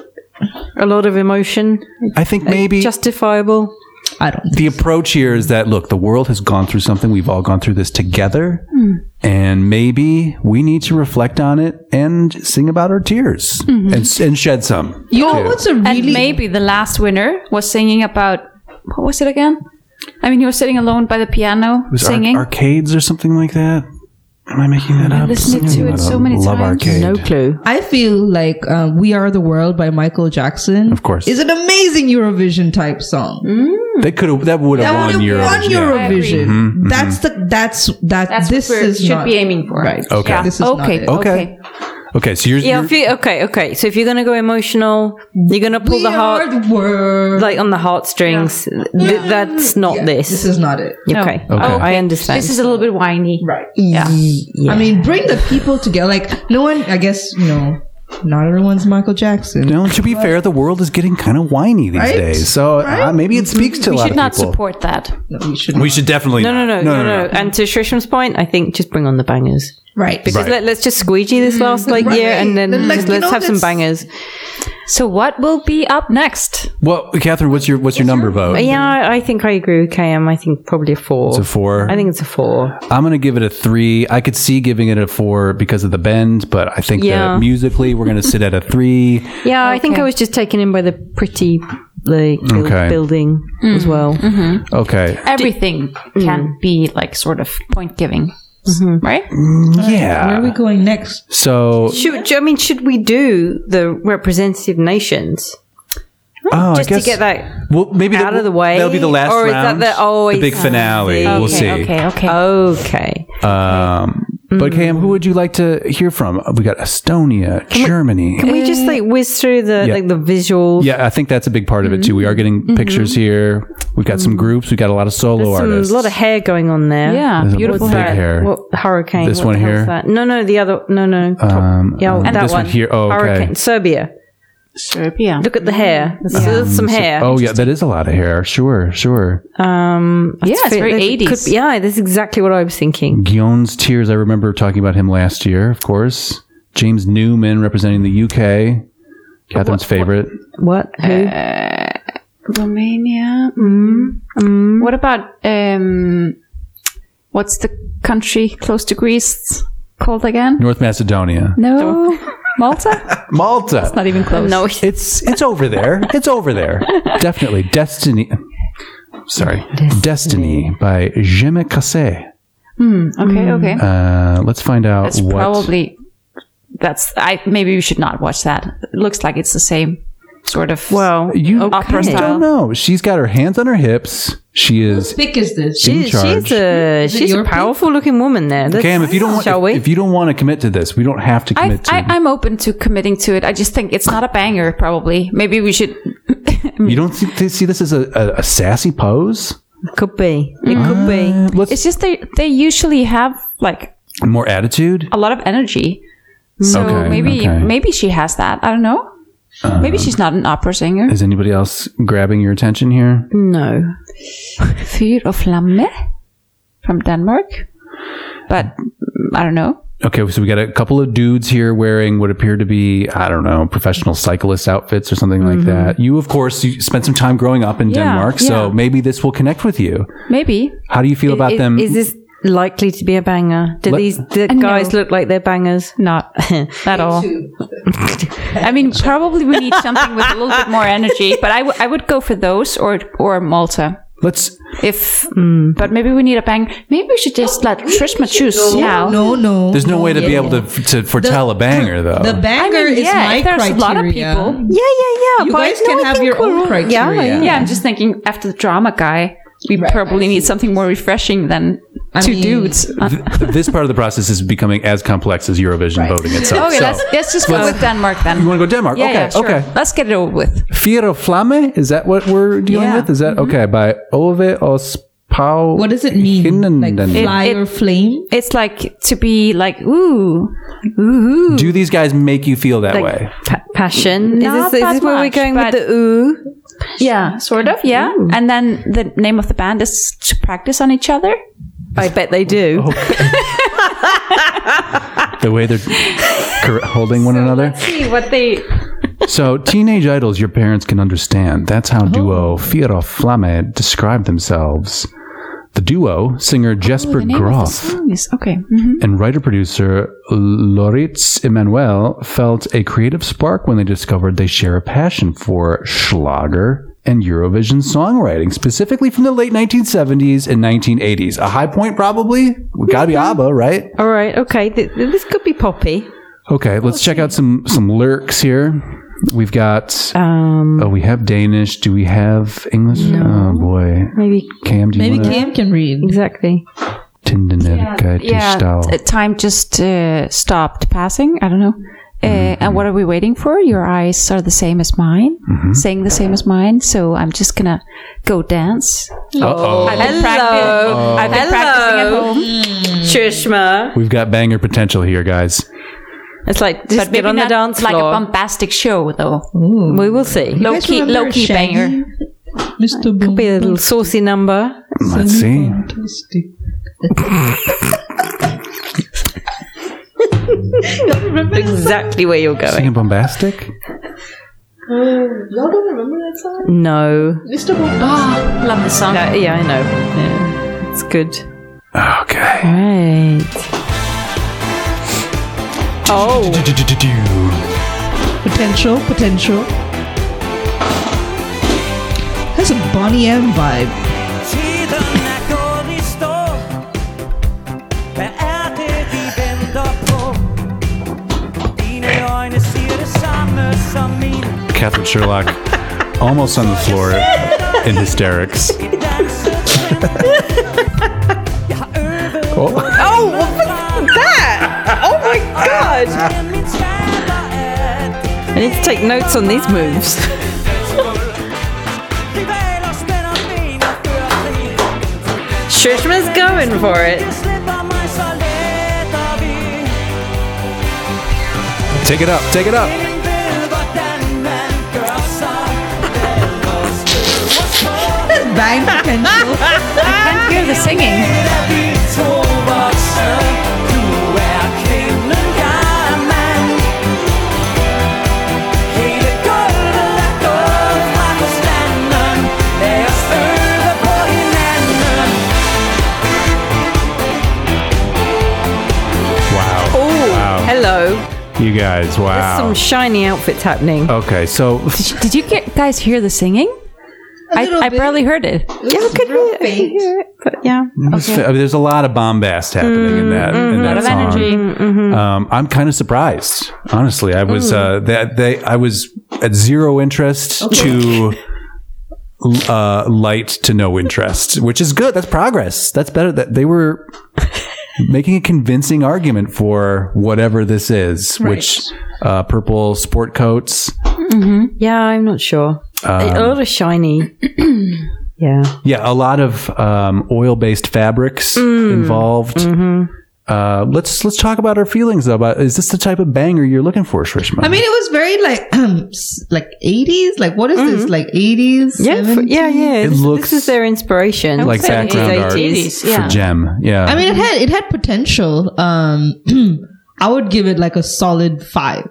A lot of emotion.
I think maybe
Justifiable.
I don't
the approach here is that look, the world has gone through something. We've all gone through this together, and maybe we need to reflect on it and sing about our tears and, s- and shed some.
You know what's a really
and maybe the last winner was singing about what was it again? I mean, he was sitting alone by the piano
It was ar-
singing.
arcades or something like that. Am I making that up?
listened to
Something
it
about
so
a
many
Love
times.
arcade.
No clue.
I feel like um, "We Are the World" by Michael Jackson,
Of course.
is an amazing Eurovision type song.
That could have. That would have
That
won
would have won
Eurovision. Mm-hmm, yeah.
Eurovision. That's the that's that.
That's
this
what we
is
should
not-
be aiming for.
Right.
Okay.
This is not
okay.
it.
Okay. Okay. So you're.
Yeah.
you're
If you, okay. Okay. So if you're gonna go emotional, you're gonna pull
We
the heart
are the world.
like on the heartstrings. Th- that's not
Yeah,
this.
This is not it.
Oh, okay.
Okay.
I understand.
This is a little bit whiny.
Right.
Yeah.
E- I mean, bring the people together. Like no one. I guess you know, not everyone's Michael Jackson.
no, to be fair, the world is getting kind of whiny these
Right?
days. So uh,
Right?
maybe it speaks to a
We
lot
should
of
not
people.
support that.
No, we should.
we
not.
should definitely.
no, no, no,
not.
no, no, no, And to Trishram's point, I think just bring on the bangers.
Right. Because
Right.
Let, us just squeegee this last like
Mm-hmm. Right.
year, and then
Then, like,
just
you
let's
know,
have some
that's-
bangers.
So what will be up next?
Well, Catherine, what's your what's your number vote?
Yeah, I- I think I agree with KM. I think probably a four.
It's a four.
I think it's a four.
I'm gonna give it a three. I could see giving it a four because of the bend, but I think
Yeah.
that musically we're gonna sit at a three.
Yeah, I think I was just taken in by the pretty the guild
Okay.
building as
Mm-hmm.
well.
Okay.
Everything can be like sort of point giving, right?
Where are
Yeah.
we going next?
So,
Should I mean should we do the representative nations
oh, I
just
guess
to get that?
well, maybe
out of the way,
That'll be the last
or is that
round.
the- oh,
the big
I see.
finale.
Okay, Mm-hmm.
We'll see.
Okay, okay.
Okay,
Um, But Cam, who would you like to hear from? We got Estonia, Germany.
can we
Eh.
just like whiz through the
Yeah.
like the visual?
yeah, I think that's a big part of it too. We are getting
Mm-hmm.
pictures here. We got some groups. We got a lot of solo
Some,
artists.
a lot of hair going on there.
yeah,
There's a
beautiful
big
hair.
hair.
What hurricane?
This
what
one
the hell's
here?
That? No, no, the other. No, no. Top-
Um,
yeah,
um,
that
this
one.
one here. Oh, okay.
Hurricane Serbia.
Serbia.
Look at the hair. There's some hair.
Oh yeah, that is a lot of hair. Sure, sure.
Um,
Yeah,
that's
it's
fit-
very
that
80s.
could be- yeah, that's exactly what I was thinking.
Gion's tears. I remember talking about him last year, of course. James Newman representing the UK. Catherine's favorite.
What?
Uh,
Who?
Romania. What about um, what's the country close to Greece called again?
North Macedonia.
No, Malta.
Malta.
Not even close.
no,
It's it's over there. It's over there. Definitely. Destiny. Sorry. Destiny, by Jimmy Cassé.
Okay, okay.
Uh, let's find out
That's
what.
probably that's. I maybe we should not watch that. It looks like it's the same sort of.
well,
you
opera
I
style.
don't know. She's got her hands on her hips. She is
Pick is this?
in
she-
charge.
she's a
it
she's a
your pick?
powerful looking woman there. That's-
Cam, if you don't want,
shall
if,
we?
if you don't want to commit to this, we don't have to
I,
commit to.
I, I'm open to committing to it. I just think it's not a banger. Probably, maybe we should.
you don't see, th- see this as a, a, a sassy pose.
could be. It could
Mm-hmm.
be.
Uh, let's
It's just they they usually have like
more attitude.
a lot of energy. So
Okay,
maybe
okay. Uh-huh.
maybe she has that. I don't know. maybe she's not an opera singer.
Is anybody else grabbing your attention here?
No.
Fyr og Flamme from Denmark. But mm, I don't know.
Okay, so we got a couple of dudes here wearing what appear to be, I don't know, professional cyclist outfits or something like that. You, of course, you spent some time growing up in
Mm-hmm. Yeah,
Denmark, so
yeah.
maybe this will connect with you.
Maybe.
How do you feel about
is,
them?
Is this likely to be a banger? Do
Let-
these the
Uh, no.
guys look like they're bangers?
Not at all. I mean, probably we need something with a little bit more energy, but I, w- I would go for those or or Malta.
Let's.
If,
Hmm.
but maybe we need a bang. Maybe we should just let Trisma choose now.
No, no.
There's
Oh,
no way to uh, be able to, to foretell a banger, though.
The
I
banger
mean,
is
yeah,
my
if there's
criteria.
a lot of people.
Yeah, yeah, yeah.
You
but
guys
no,
can
I
have
think
your
we're
own
all- yeah,
criteria.
yeah.
Yeah, I'm just thinking after the drama guy, we probably need something more refreshing than two
mean-
dudes. Uh,
this part of the process is becoming as complex as Eurovision voting itself.
okay,
So-
let's, let's just go
let's-
with Denmark then.
You want to go Denmark?
yeah,
okay,
yeah, sure.
okay.
Let's get it over with.
Fiero Flamme? Is that what we're dealing
Yeah.
with? Is that okay? By Ove Os Pau.
What does it mean?
Hinnenden.
Like fly
It-
or flame?
It's like to be like ooh, ooh.
Do these guys make you feel that way?
Pa- passion. Is
Not
this, is
that
this where we're
much,
going with
but-
the ooh?
Yeah, sort of. Yeah, and then the name of the band is to practice on each other.
I bet they do.
The way they're cor- holding one another?
See what they.
So, teenage idols your parents can understand. That's how duo Fiero Flamme describe themselves. The duo, singer Jesper
Name of the
Groff
song is okay. mhm.
and writer producer Loritz Emanuel felt a creative spark when they discovered they share a passion for Schlager and Eurovision songwriting, specifically from the late 1970s and 1980s. A high point, probably? We gotta be ABBA, right?
All right, okay. Th- th- this could be poppy.
Okay, let's check out some some lyrics here. We've got.
Um,
Oh, we have Danish. Do we have English? Oh boy,
maybe
Cam, do you
Maybe
want to?
Cam can read.
exactly.
Tindenirke
Yeah, t- time just uh, stopped passing. I don't know. Uh,
Mm-hmm,
And what are we waiting for? Your eyes are the same as mine,
Mm-hmm.
saying the same as mine. So I'm just gonna go dance.
oh.
I've been, practi- I've been practicing at home.
Chushma.
We've got banger potential here, guys.
It's like just
But
get
maybe
on the
not
dance
like
floor.
a bombastic show though.
we will see.
Low
guys
key,
remember
low key
Shaggy?
banger.
Mr.
Could be a little saucy number.
Let's see.
Fantastic.
Exactly where you're going.
Singing bombastic?
No.
Love the song.
Uh, yeah, I know. Yeah, it's good.
Okay.
Right. Oh,
Potential, potential. That's a Bonnie M vibe.
Catherine Sherlock almost on the floor in hysterics. Oh,
Oh, what was that? Oh my god! I need to take notes on these moves. Shushma's going for it.
take it up, take it up.
That's bang potential.
Can't hear the singing.
Wow.
Oh,
Wow.
hello.
You guys,
There's
wow.
some shiny outfits happening.
okay, so
Did, did you get, guys hear the singing? I,
little
I
bit.
barely heard it.
yeah, I could hear, I could hear it, but yeah.
I mean, there's a lot of bombast happening in that in that
Mm-hmm. lot of
song.
energy.
Um, I'm kind of surprised, honestly. I was uh, that they I was at zero interest to uh, light to no interest, which is good. That's progress. That's better. That they were making a convincing argument for whatever this is, which uh, purple sport coats.
Yeah, I'm not sure.
Um,
a lot of shiny. yeah.
Yeah, a lot of um, oil-based fabrics involved. Uh, let's let's talk about our feelings though. About is this the type of banger you're looking for, Shrishma?
I mean, it was very like um s- like eighties. Like what is this?
Mm-hmm.
Like eighties?
Yeah, for, yeah, yeah.
It
this, this
looks
is their inspiration.
like
Seventies,
background art
eighties.
for Gem. Yeah,
I mean, it had it had potential. Um, I would give it like a solid five.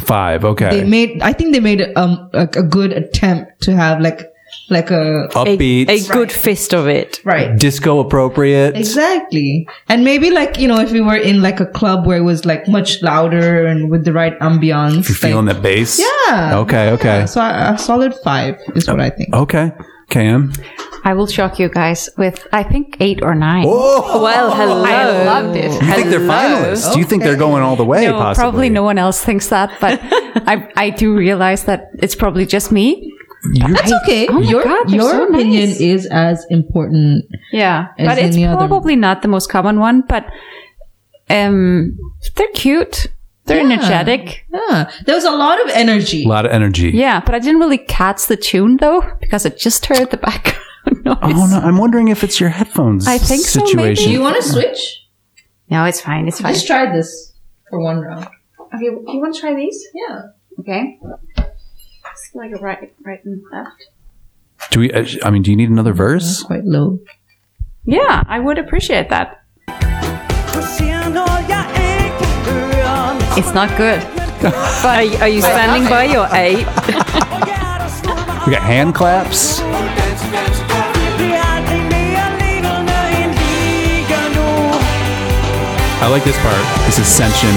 five.
They
Okay,
made. I think they made um like a good attempt to have like like a
upbeat,
A, a good fist of it.
right.
disco appropriate.
Exactly. And maybe like, you know, if we were in like a club where it was like much louder and with the right ambiance.
You're feeling
like,
that bass.
Yeah.
Okay. Okay.
So a, a solid five is what I think.
Okay. KM.
I will shock you guys with, I think, eight or nine.
Oh,
Well, hello.
I loved it.
you think they're finalists? Do you think they're going all the way?
No,
possibly.
probably no one else thinks that, but I, I do realize that it's probably just me.
That's okay.
oh my
your
God, they're
your
so
opinion
nice.
is as important.
Yeah,
As
but it's
any other-
probably not the most common one. But um, they're cute. They're energetic.
Yeah. There was a lot of energy.
A lot of energy.
Yeah, but I didn't really catch the tune though because I just heard the background noise.
Oh no, I'm wondering if it's your headphones.
I think so, maybe.
situation.
Do you want to switch?
No, it's fine. It's fine.
Let's try this for one round.
Okay, you want to try these?
Yeah.
Okay. It's like a right, right and left.
Do we? uh, sh- I mean, do you need another verse?
Quite low.
Yeah, I would appreciate that. It's not good.
Are, you- are you standing by your eight?
We got hand claps. I like this part. This ascension.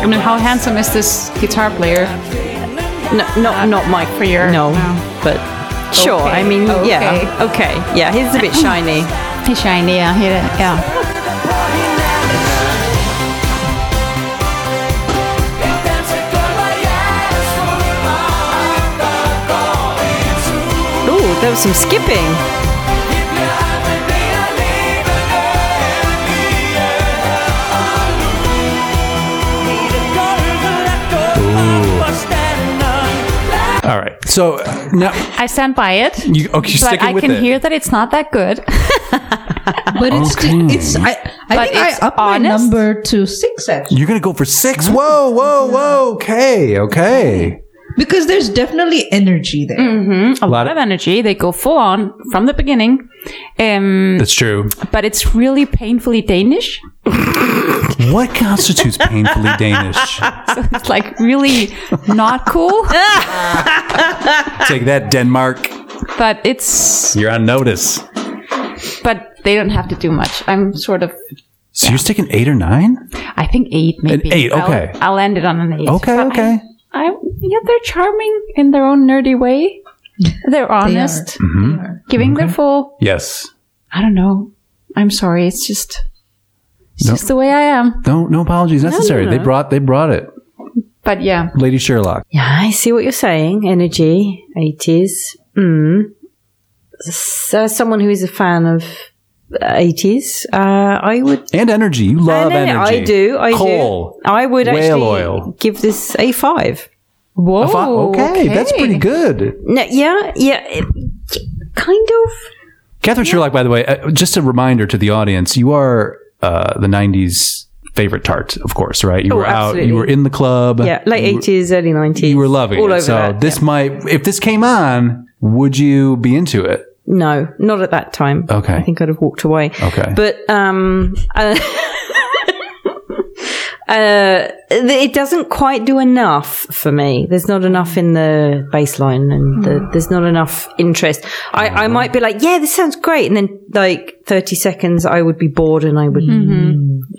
I mean, how handsome is this guitar player?
No, not not Mike
for your-
No, but sure. I mean, yeah. Oh. Okay, yeah. He's a bit shiny.
He's shiny. Yeah, he, yeah.
Ooh, there was some skipping.
All right. So uh, now
I stand by it.
you okay? You're
but
sticking
I
with
can
it.
hear that it's not that good.
But it's
Okay.
it's I I
But
think I
it's
upped my
honest.
number to six actually.
You're gonna go for six. Whoa, whoa, whoa. Okay, okay.
Because there's definitely energy there.
a lot
of-
of energy. They go full on from the beginning. Um,
That's true.
but it's really painfully Danish.
What constitutes painfully Danish?
It's like really not cool.
Take that, Denmark.
But it's
You're on notice.
but they don't have to do much. I'm sort of
So you're sticking eight or nine?
I think eight, maybe.
eight,
I'll-
okay.
I'll, end it on an eight.
Okay,
But I-
okay.
I, yeah, they're charming in their own nerdy way. They're honest,
Mm-hmm.
giving their full.
Yes.
I don't know. I'm sorry. It's just, it's
No.
just the way I am.
No, no apologies necessary. They brought, they brought it,
But yeah,
Lady Sherlock.
Yeah, I see what you're saying. Energy, 80s. Mm. So, as someone who is a fan of 80s, uh, I would.
And energy. You love
I, know,
energy.
I do. I
Coal.
do. I would
whale
actually
oil.
give this a five.
whoa.
A fi- okay, that's pretty good.
No, yeah, yeah, it- kind of.
Catherine Sherlock, by the way, uh, just a reminder to the audience: you are uh, the '90s favorite tart, of course, right? You were out,
Oh, absolutely.
you were in the club,
Yeah, late eighties, early nineties.
you were loving
all
it.
over
so
that,
this might, if this came on, would you be into it?
No, not at that time.
Okay.
I think I'd have walked away.
Okay.
But um, uh, uh, it doesn't quite do enough for me. There's not enough in the baseline, and
Hmm.
the, there's not enough interest. I,
Mm-hmm.
I might be like, yeah, this sounds great, and then like thirty seconds, I would be bored, and I would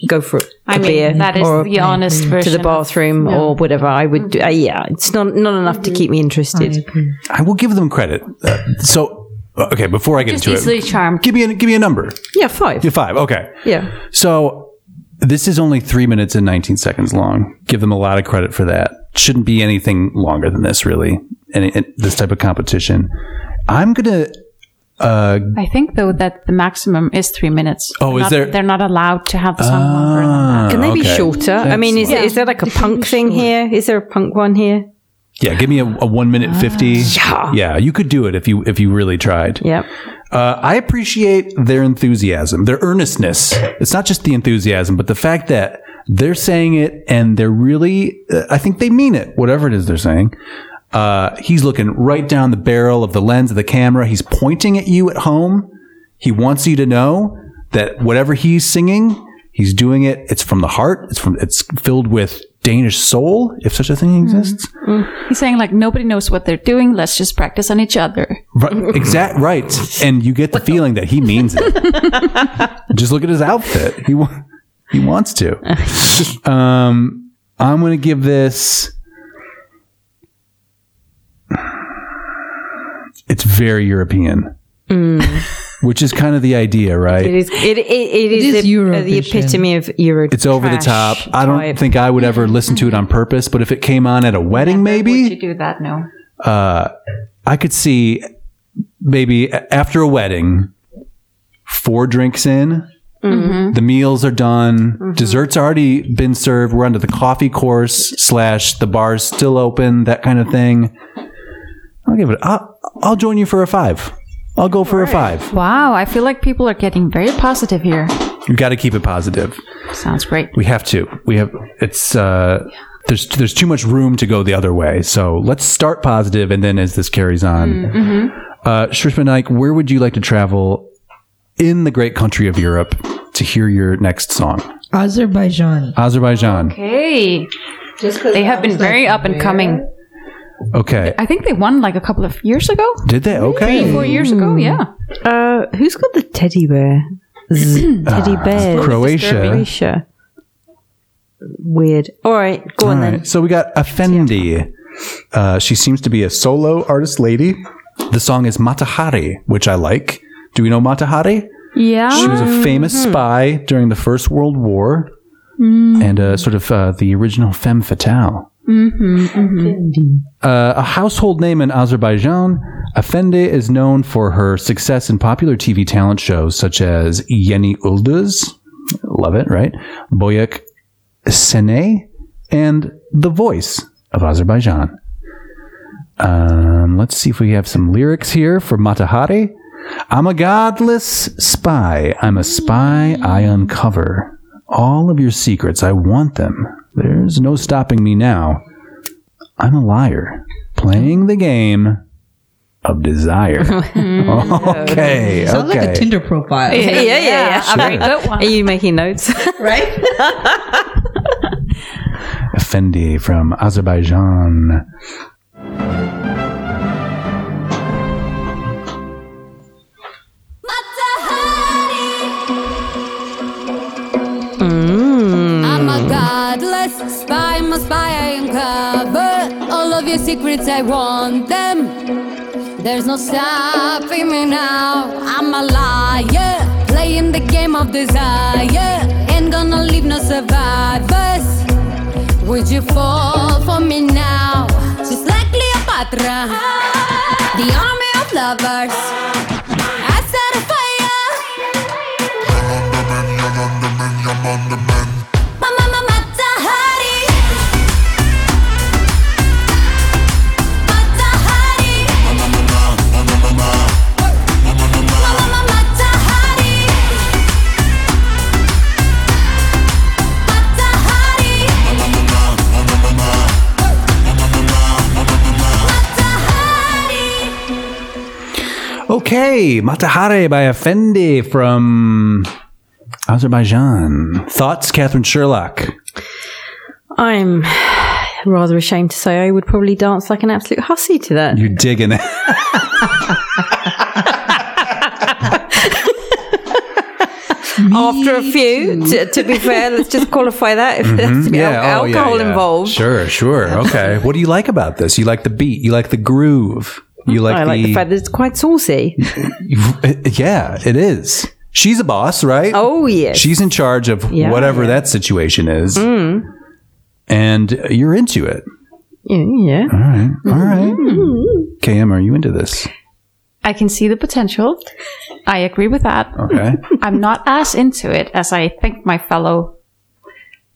go for a
Mm-hmm. I mean,
beer
that is
or
the honest
to
version.
the bathroom or whatever. I would, do, uh, yeah, it's not not enough
Mm-hmm.
to keep me interested.
I will give them credit. Uh, so, uh, okay, before I get
Just
into
easily
it,
charmed.
give me a, give me a number.
Yeah, five.
Give five. Okay.
Yeah.
So this is only three minutes and 19 seconds long. Give them a lot of credit for that. Shouldn't be anything longer than this, really. And, it- and this type of competition. I'm gonna. Uh,
I think though that the maximum is three minutes.
Oh, is
Not-
there- Ah.
They're not allowed to have the song longer than that.
Can they be
okay.
shorter? I mean, is, is there like a punk thing here? Is there a punk one here?
Yeah, give me a, a one minute fifty. Yeah. you could do it if you if you really tried.
Yep.
Uh, I appreciate their enthusiasm, their earnestness. It's not just the enthusiasm, but the fact that they're saying it and they're really. Uh, I think they mean it, whatever it is they're saying. Uh, he's looking right down the barrel of the lens of the camera. He's pointing at you at home. He wants you to know that whatever he's singing, he's doing it. It's from the heart. It's from. It's filled with Danish soul, if such a thing exists.
He's saying like nobody knows what they're doing. Let's just practice on each other.
Right, exact right, and you get the feeling that he means it. Just look at his outfit; he wa- he wants to. Um, I'm going to give this. It's very European, which is kind of the idea,
Mm. It
right?
is. It, it, it is,
is
the-
Eurovision.
the epitome of Euro.
It's over the top.
trash
I don't
type.
think I would ever listen to it on purpose, but if it came on at a wedding, maybe
Would you do that? No.
I could see maybe a- after a wedding, four drinks in, the meals are done, desserts already been served. We're under the coffee course slash the bar's still open, that kind of thing. I'll give it. I'll, I'll join you for a five. I'll go for a five.
Wow, I feel like people are getting very positive here.
You got to keep it positive.
Sounds great.
We have to. We have. It's. uh there's, there's too much room to go the other way. So let's start positive, and then as this carries on, uh, Shrishma Naik, where would you like to travel in the great country of Europe to hear your next song?
Azerbaijan.
Azerbaijan.
Hey, they have been very up and coming.
Okay.
I think they won like a couple of years ago,
Did they? Okay.
four years
Hmm.
ago. Yeah,
Uh, who's got the teddy bear? teddy bear.
Ah, Croatia.
Croatia. Weird. All right, go
All
on
right. So we got Effendi. Uh, she seems to be a solo artist lady. The song is Matahari, which I like. Do we know Matahari?
yeah.
She was a famous spy during the First World War and uh, sort of uh, the original femme fatale. Uh, a household name in Azerbaijan, Afende is known for her success in popular TV talent shows such as Yeni Ulduz, love it, right? Boyak Sene, and The Voice of Azerbaijan. Um, let's see if we have some lyrics here for Matahari. I'm a godless spy. I'm a spy. I uncover all of your secrets. I want them. There's no stopping me now. I'm a liar playing the game of desire. okay.
Sounds like a
Okay.
Tinder profile,
then. Yeah, yeah, yeah.
A very good one.
Are you making notes?
right?
Effendi from Azerbaijan.
Matahari a spy, I uncover all of your secrets, I want them. There's no stopping me now. I'm a liar, playing the game of desire. Ain't gonna leave no survivors. Would you fall for me now? Just like Cleopatra, the army of lovers. I set a fire. Ma- ma- ma- Matahari. Matahari. Ma- ma- ma- Matahari. Matahari. Matahari.
Okay, Matahari by Effendi from Azerbaijan. Thoughts, Catherine Sherlock?
I'm rather ashamed to say I would probably dance like an absolute hussy to that.
You digging it?
After a few, to, to be fair, let's just qualify that if there's to be al-
oh,
alcohol
yeah.
involved.
Sure, sure. Okay. What do you like about this? You like the beat. You like the groove. You like
I
the,
like the fact that it's quite saucy.
yeah, it is. She's a boss, right?
Oh yes,
She's in charge of
Yeah. Mm.
whatever that situation is. And you're into it.
yeah, yeah.
All right. All right.
Mm-hmm.
KM, are you into this?
I can see the potential. I agree with that.
Okay.
I'm not as into it as I think my fellow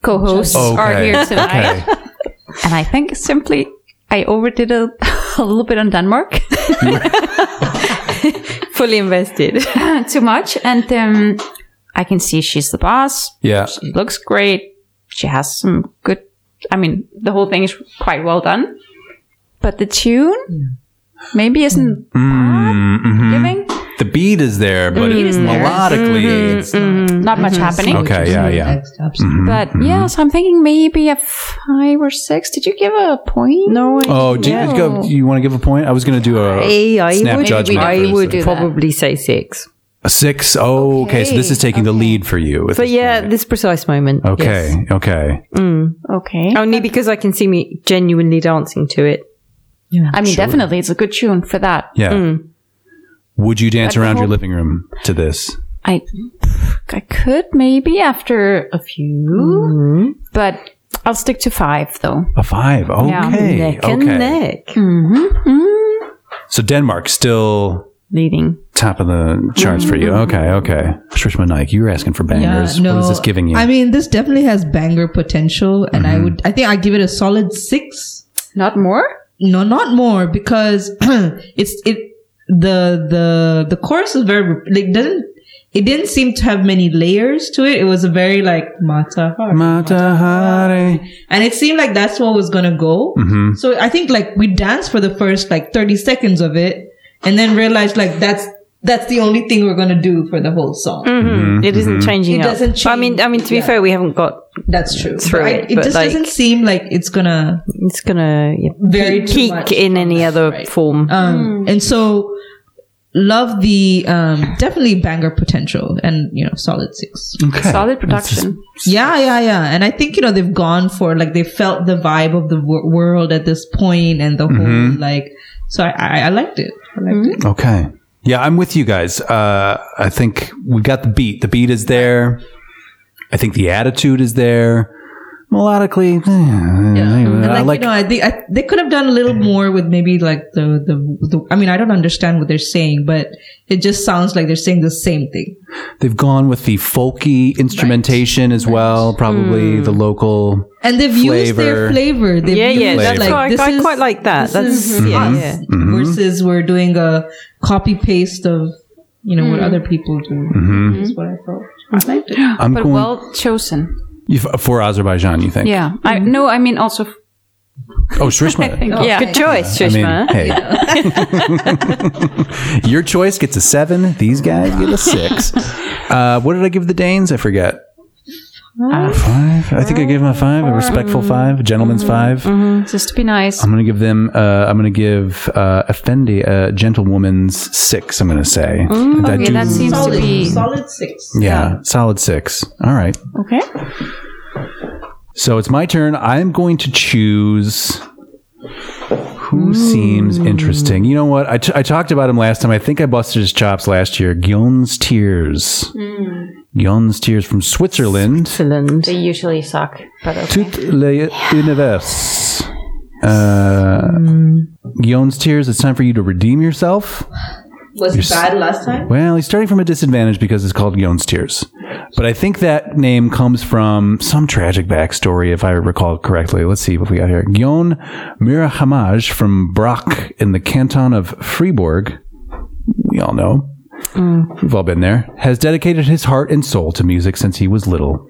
co-hosts are
Okay,
here tonight.
Okay.
And I think simply I overdid a, a little bit on Denmark,
fully invested.
too much. And um, I can see she's the boss.
Yeah.
She looks great. She has some good. I mean, the whole thing is quite well done. But the tune maybe isn't giving.
The beat is there, but
Mm-hmm.
it's melodically. it's-
Not much happening.
Okay. Yeah. Yeah. Mm-hmm.
But yeah, so I'm thinking maybe a five or six. Did you give a point?
no, I,
Oh, do you, go, do you want to give a point? I was going to do a
I, I
snap
would,
judgment.
I
for this
would
thing.
probably say six.
A six. Oh, okay. So this is taking the lead for you. at
But
this
yeah,
point.
this precise moment.
Okay.
yes.
Okay.
Okay.
Only because I can see me genuinely dancing to it.
I mean, definitely, it's a good tune for that.
Yeah.
Mm.
Would you dance
But the
around your
whole-
living room to this?
I I could maybe after a few, but I'll stick to five though.
A five.
Yeah.
Okay.
Neck and
okay.
neck.
So Denmark still
Leading.
top of the charts for you.
Mm-hmm.
Okay. Okay. Shrishma Naik, you were asking for bangers. what is this giving you? Mm-hmm.
I mean, this definitely has banger potential, and I would, I think, I give it a solid six.
Not more.
No, not more because it's it the the the chorus is very like doesn't it didn't seem to have many layers to it. It was a very like mata har.
Matahari.
and it seemed like that's what was gonna go. So I think like we danced for the first like thirty seconds of it, and then realized like that's that's the only thing we're gonna do for the whole song.
Mm-hmm. Mm. It isn't changing.
It
up.
doesn't
I mean, I mean to be
change, yeah.
fair, we haven't got.
That's true.
Through
But I-
it,
it
but,
just
like-
doesn't seem like it's gonna
It's gonna yeah,
Very too
peak
much
in any other Mm. form.
Um, And so, love the um, definitely banger potential and, you know, solid six.
Okay.
Solid production.
Yeah, yeah, yeah. And I think, you know, they've gone for like, they felt the vibe of the wor- world at this point and the
Mm-hmm.
whole, like, so I, I, I liked it. I liked
Mm-hmm.
it.
Okay. Yeah, I'm with you guys. Uh, I think we got the beat. The beat is there. I think the attitude is there. Melodically, eh,
And
I like. Mm-hmm.
like, you know, I think I, they could have done a little more with maybe like the, the, the, I mean, I don't understand what they're saying, but it just sounds like they're saying the same thing.
they've gone with the folky instrumentation as well. Probably the local.
And they've used their
Flavor.
flavor. They've
yeah, yeah,
used,
that's
Flavor.
quite,
this
I
is-
quite like that.
This
That's
is
yeah,
us
yeah.
Mm-hmm.
versus we're doing a copy paste of you know what
Mm.
other people do.
Mm-hmm.
Is what I felt. I liked it.
I'm
But
going
well chosen.
you- for Azerbaijan. You think?
Yeah. I no, I mean also f-
Oh, Shrishma.
yeah.
Good choice,
I mean,
Shishma.
hey, your choice gets a seven. These guys get a six. Uh, what did I give the Danes? I forget. Ah, Five. I think I gave them a five, a respectful five, a gentleman's 5
just to be nice.
I'm gonna give them. Uh, I'm gonna give uh, Effendi a gentlewoman's six. I'm gonna say. That
okay,
do-
that seems to be
Solid six.
yeah, solid six. All right.
okay.
So it's my turn. I'm going to choose who seems interesting. You know what? I, t- I talked about him last time. I think I busted his chops last year. Gion's Tears. Gion's Tears from Switzerland.
Excellent.
They usually suck, but okay.
Tout le univers. Uh, Gion's Tears, it's time for you to redeem yourself.
Was it bad last time?
Well, he's starting from a disadvantage because it's called Gion's Tears. But I think that name comes from some tragic backstory, if I recall correctly. Let's see what we got here. Gion Mirahamaj from Brock in the canton of Fribourg. We all know. We've all been there. Has dedicated his heart and soul to music since he was little.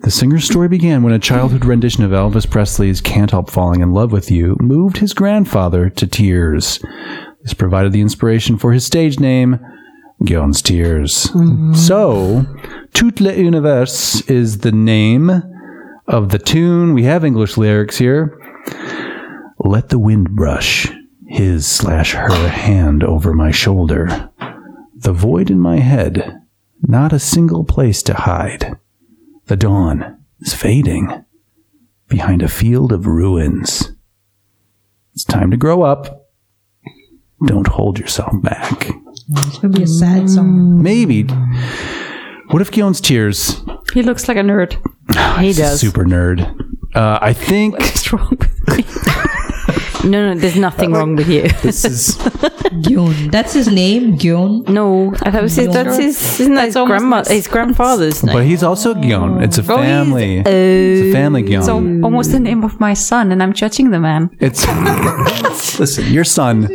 The singer's story began when a childhood rendition of Elvis Presley's Can't Help Falling in Love with You moved his grandfather to tears. This provided the inspiration for his stage name, Gion's Tears. So, Tout le Univers is the name of the tune. We have English lyrics here. Let the wind brush his slash her hand over my shoulder. The void in my head, not a single place to hide. The dawn is fading behind a field of ruins. It's time to grow up. Don't hold yourself back.
It's gonna be a sad song.
Maybe. What if Gion's tears?
He looks like a nerd. he does.
Super nerd. Uh, I think
What's wrong with me?
No, no, there's nothing wrong with you.
this is
Gyun. That's his name, Gyun.
No, I thought it was his, that's his, isn't that his grandma, his grandfather's name?
But he's also Gion. It's a family. it's a family Gion.
So almost the name of my son, and I'm judging the man.
it's listen. Your son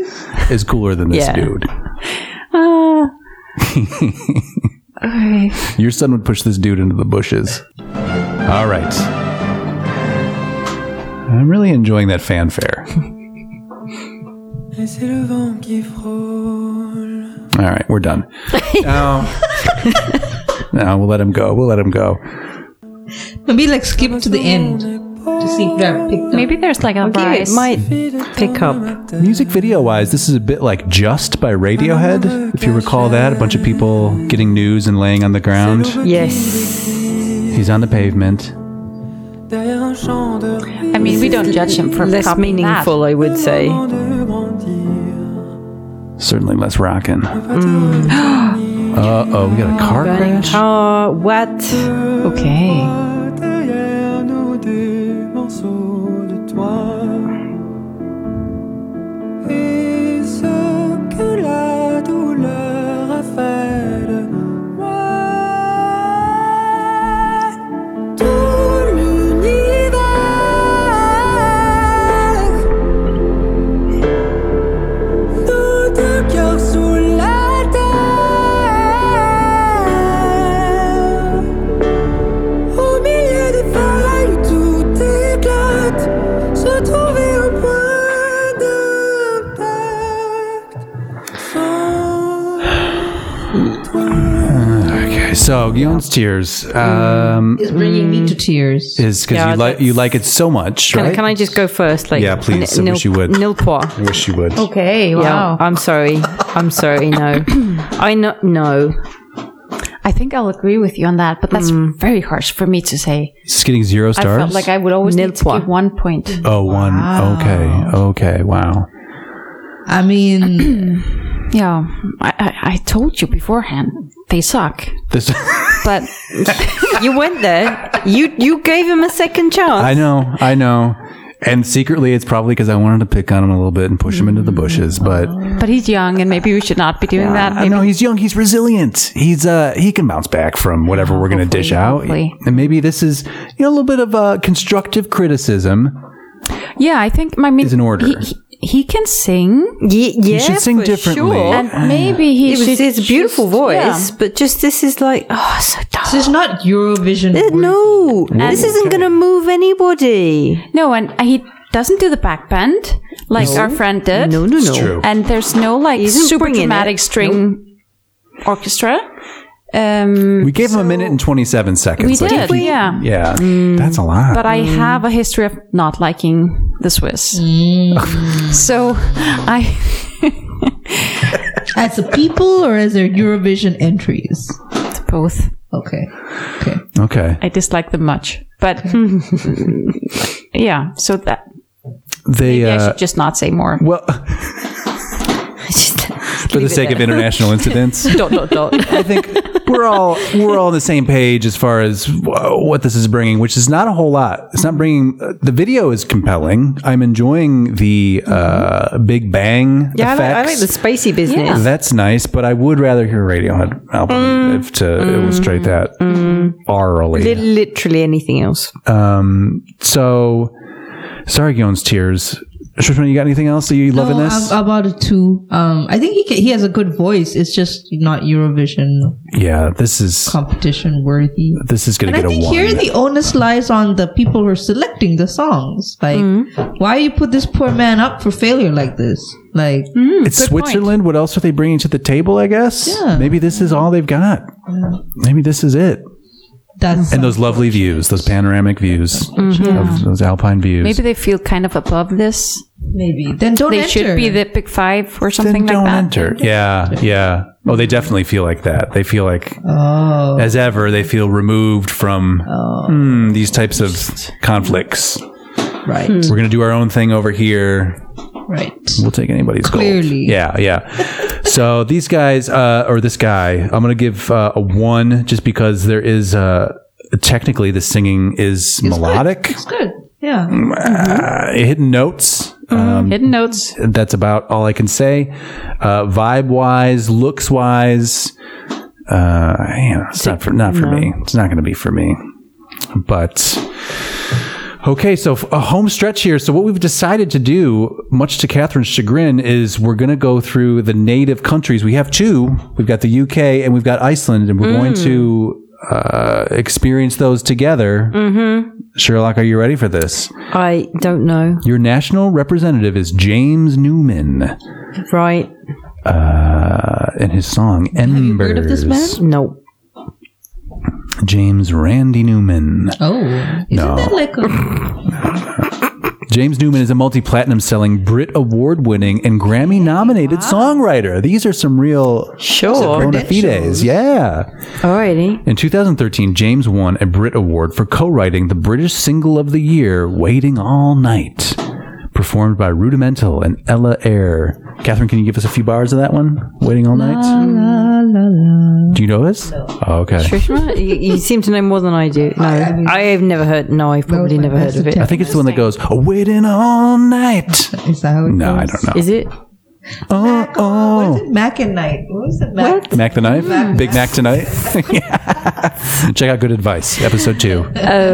is cooler than this
Yeah.
dude.
Ah. okay.
Your son would push this dude into the bushes. All right. I'm really enjoying that fanfare.
Et c'est le vent qui frôle
All right, we're done. Now, now we'll let him go. We'll let him go.
Maybe like skip to the end to see if Rev picked up.
Maybe there's like a
I think
vice.
it might pick up.
Music video wise, this is a bit like Just by Radiohead. If you recall that, a bunch of people getting news and laying on the ground.
Yes.
He's on the pavement.
derrière un champ de
I mean, we don't judge him for
Less
copying that.
meaningful, I would say.
Avant de grandir.
Certainly less rockin'. Uh oh, we got a car crash.
Oh, what?
Okay.
Derrière nous des morceaux de toi. Et ce que la douleur a fait de moi. Tout l'univers. Nos deux cœurs sous la terre. Au milieu des failles où tout éclate, se trouver un point d'impact. Sans
Okay, so Gion's tears um,
It's bringing me to tears.
is because
Yeah,
you like you like it so much,
Can,
right?
can I just go first? Like,
Yeah, please.
Nil,
I wish you would.
Nil pois.
I wish you would.
Okay.
Yeah,
Wow.
I'm sorry. I'm sorry. No, I no no.
I think I'll agree with you on that, but that's very harsh for me to say.
It's getting zero
I
stars.
felt like I would always
Nil
need to
point.
give one point.
oh one. Okay. Okay. Wow.
I mean,
Yeah. I, I, I told you beforehand. They suck.
This.
But
You went there. You you gave him a second chance.
I know. I know. And secretly, it's probably because I wanted to pick on him a little bit and push him into
Mm.
the bushes. But
but he's young, and maybe we should not be doing that.
I
Maybe
know he's young. He's resilient. He's uh he can bounce back from whatever we're going to dish out.
hopefully.
And maybe this is you know a little bit of uh, constructive criticism.
Yeah, I think. I mean,
Is in order.
He, he, he can sing,
Ye- yeah,
should sing
for
differently.
Sure.
And
And
and maybe he
it was
should.
his beautiful
just-
voice,
yeah.
but just this is like oh so
this is
dumb.
not Eurovision.
Eh,
worthy.
No, this isn't going to move anybody.
No, and uh, he doesn't do the back bend like our friend did.
No, no, no.
true.
And there's no like
He isn't
super
bringing it.
dramatic string orchestra. Um,
We gave him a minute and twenty seven seconds.
we did,
if you-
yeah.
Yeah, that's a lot.
But I
Mm.
have a history of not liking the Swiss.
Mm.
so I.
As a people or as their Eurovision entries?
both.
Okay. Okay.
Okay.
I dislike them much. But yeah, so that
They,
yeah, I
uh,
should just not say more.
well, for the sake of international incidents.
Dot dot dot.
I think we're all we're all on the same page as far as whoa, what this is bringing, which is not a whole lot. It's not bringing. uh, the video is compelling. I'm enjoying the uh, Big Bang.
Yeah, I like, I like
effects.
the spacey business.
That's nice, but I would rather hear a Radiohead album if to illustrate that orally.
Li- Literally anything else.
So, Sargon's tears. Shushman, you got anything else that you love in
No,
this?
ab- about it too. Um, I think he can, he has a good voice. It's just not Eurovision
yeah, this is
competition worthy.
this is going to
And I
get a
think
one.
here the onus lies on the people who are selecting the songs. Like, why you put this poor man up for failure like this? Like,
Hmm, it's Switzerland. What else are they bringing to the table? I guess.
Yeah.
Maybe this is all they've got. Maybe this is it.
that's
And those lovely views, those panoramic views,
Mm-hmm.
of those alpine views.
Maybe they feel kind of above this.
maybe. Then don't
They
enter.
should be the big five or
then
something
don't
like that.
enter. Yeah, yeah. Oh, they definitely feel like that. They feel like,
oh,
as ever, they feel removed from hmm, these types of conflicts.
right,
We're gonna do our own thing over here.
right.
We'll take anybody's gold.
Clearly.
Yeah, yeah. so these guys, uh, or this guy, I'm going to give uh, a one just because there is uh, technically the singing is melodic,
It's good. Yeah.
uh, hidden notes. Um,
Hidden notes.
that's about all I can say. Uh, vibe wise, looks wise, uh, yeah, it's not for not for me. It's not going to be for me. But okay, so f- a home stretch here. So what we've decided to do, much to Catherine's chagrin, is we're going to go through the native countries. We have two. We've got the UK and we've got Iceland, and we're going to uh, experience those together. Mm-hmm. Sherlock, are you ready for this?
I don't know.
Your national representative is James Newman
Right.
uh, in his song Embers.
heard of this man?
No.
James Randy Newman.
Oh, isn't that like a
James Newman is a multi-platinum selling Brit award-winning and Grammy-nominated songwriter. These are some real
Sure.
bona fides. Yeah.
Alrighty.
In 2013, James won a Brit Award for co-writing the British single of the year, Waiting All Night, performed by Rudimental and Ella Eyre. Catherine, can you give us a few bars of that one? Waiting All Night? Do you know this? Oh, okay.
Trishma, you, you seem to know more than I do. No, I, have never heard. No, I've probably
my
never heard
best
of it.
I
attempt.
think it's the one that goes, Waiting All Night.
Is that how it
No,
goes?
I don't know.
Is it?
Oh,
What
oh.
is it? Mac and Knight. What was it? Mac?
Mac the Knife? Big Mac tonight? Check out Good Advice, episode two.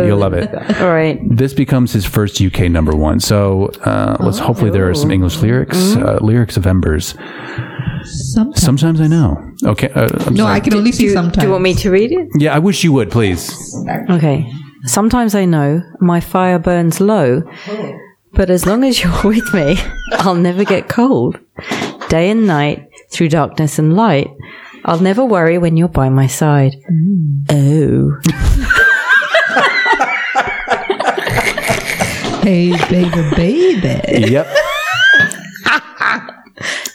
You'll love it.
All right.
This becomes his first UK number one. So uh, let's hopefully there are some English lyrics, uh, lyrics of Embers.
Sometimes.
Sometimes I know. Okay. Uh, I'm
No,
sorry.
I can only see sometimes.
Do you want me to read it?
yeah, I wish you would, please.
Okay. Sometimes I know my fire burns low, but as long as you're with me, I'll never get cold. Day and night, through darkness and light, I'll never worry when you're by my side. Oh.
Hey, baby, baby.
Yep.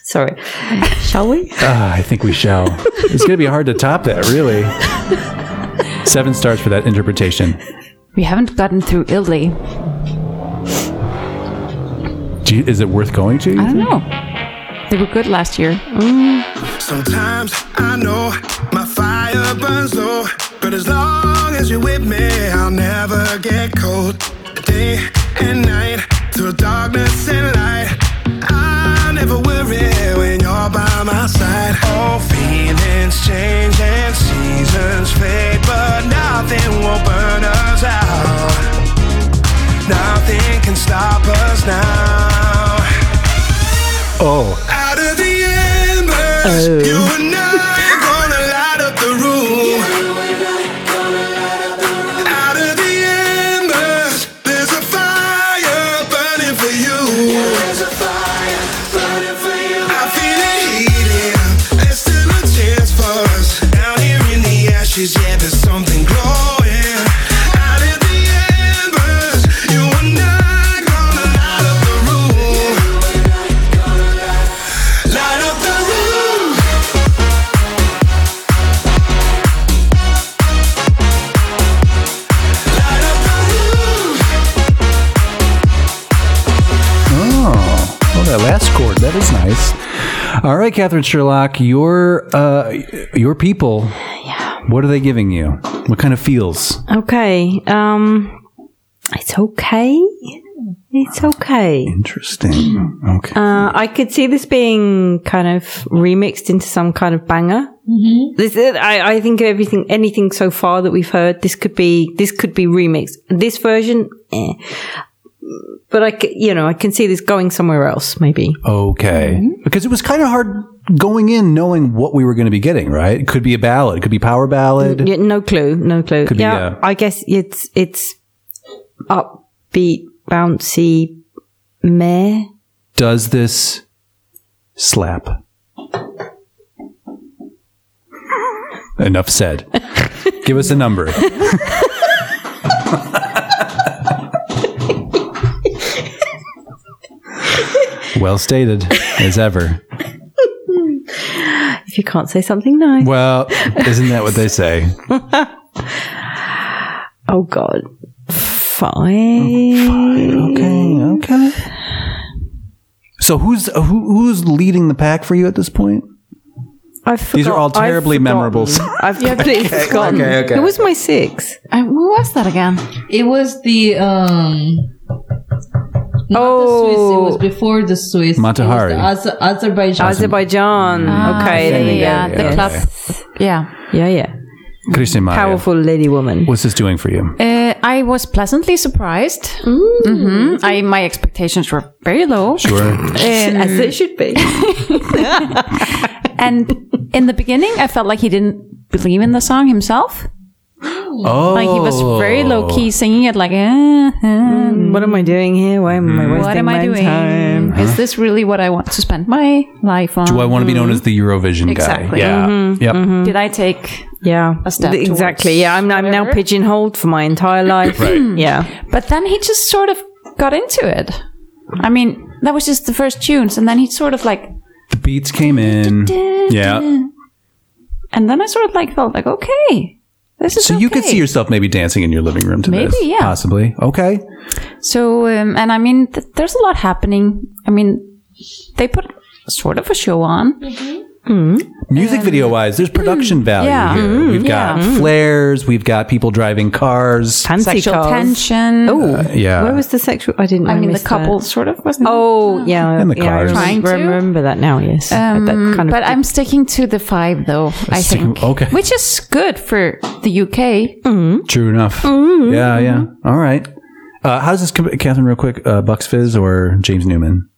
Sorry. Shall we?
Ah, I think we shall. It's going to be hard to top that, really. Seven stars for that interpretation.
We haven't gotten through Italy.
Do you, is it worth going to? you
I don't know. They were good last year.
Sometimes I know my fire burns low, but as long as you're with me, I'll never get cold. Day and night, through darkness and light, I never worry when you're by my side. All feelings change and seasons fade, but nothing will burn us out. Nothing can stop us now.
Oh,
Out of the embers, you and I are gonna light up the room. Out of the embers, there's a fire burning for you. There's a fire burning for you. I feel it heating. There's still a chance for us. Down here in the ashes, yeah, there's something glowing. Out of the embers, you and I gonna light up the room.
Discord. Oh, That is nice. All right, Catherine Sherlock, your uh, your people. What are they giving you? What kind of feels?
Okay. Um, it's okay. It's okay.
Interesting. Okay.
Uh, I could see this being kind of remixed into some kind of banger. This, is- I, I think everything, anything so far that we've heard, this could be, this could be remixed. This version, eh. but I, c- you know, I can see this going somewhere else, maybe.
Okay. Because it was kind of hard going in knowing what we were going to be getting, right? It could be a ballad, it could be power ballad.
Yeah, no clue, no clue.
Could be,
yeah,
uh,
I guess it's it's upbeat, bouncy, meh.
Does this slap? Enough said. Give us a number. well stated, as ever.
If you can't say something nice,
Well, isn't that what they say?
oh god, fine.
Okay, okay. So who's uh, who, who's leading the pack for you at this point?
I've forgot-
These are all
I've
terribly
forgotten.
memorable.
I've completely forgotten.
okay, okay.
It was my six.
I, who was that again?
It was the um. Not the Swiss. It was
Oh.
before the Swiss. It was the
Matahari.
Azer- Azerbaijan.
Azerbaijan. okay, there you
Ah, yeah,
go.
the
yeah,
club. Yeah.
Yeah, yeah.
Christian Mayer,
Powerful lady woman.
what's this doing for you?
Uh, I was pleasantly surprised. Mhm. I my expectations were very low.
Sure.
Eh,
As it should be.
And in the beginning, I felt like he didn't believe in the song himself.
Oh,
Like he was very low key singing it, like, eh, eh,
what am I doing here? Why am
Mm.
I Mm, wasting
what am
my
I doing?
time?
Is this really what I want to spend my life on?
Do I want to be known as the Eurovision
Mm-hmm. Exactly. Mm-hmm.
guy? Yeah. Yep.
Did I take?
Mm. Yeah,
a step
Th- exactly.
towards
Yeah, I'm, I'm now
whatever.
pigeonholed for my entire life.
Mm-hmm.
Right.
Yeah,
But then he just sort of got into it. I mean, that was just the first tunes, and then he sort of like,
The beats came in. Yeah.
and then I sort of like felt like, okay, this is
So you could
okay.
see yourself maybe dancing in your living room to
Maybe,
this.
yeah.
Possibly. Okay.
So, um, and I mean, th- there's a lot happening. I mean, they put sort of a show on.
Music video wise, there's production value
mm, yeah. Mm-hmm.
here. We've got flares, we've got people driving cars.
fancy
Sexual
cars.
tension.
Oh,
yeah.
Where was the sexual? I didn't.
I mean, the
missed
couple
That.
sort of was.
Oh, yeah.
And the
yeah, I
cars.
remember,
Trying to.
remember that now. Yes,
Um,
that kind of.
but I'm sticking to the five, though. I
stick-
think,
okay.
which is good for the UK.
True enough. Yeah, yeah. All right. Uh, how does this compare, Catherine, real quick? Uh, Bucks Fizz or James Newman?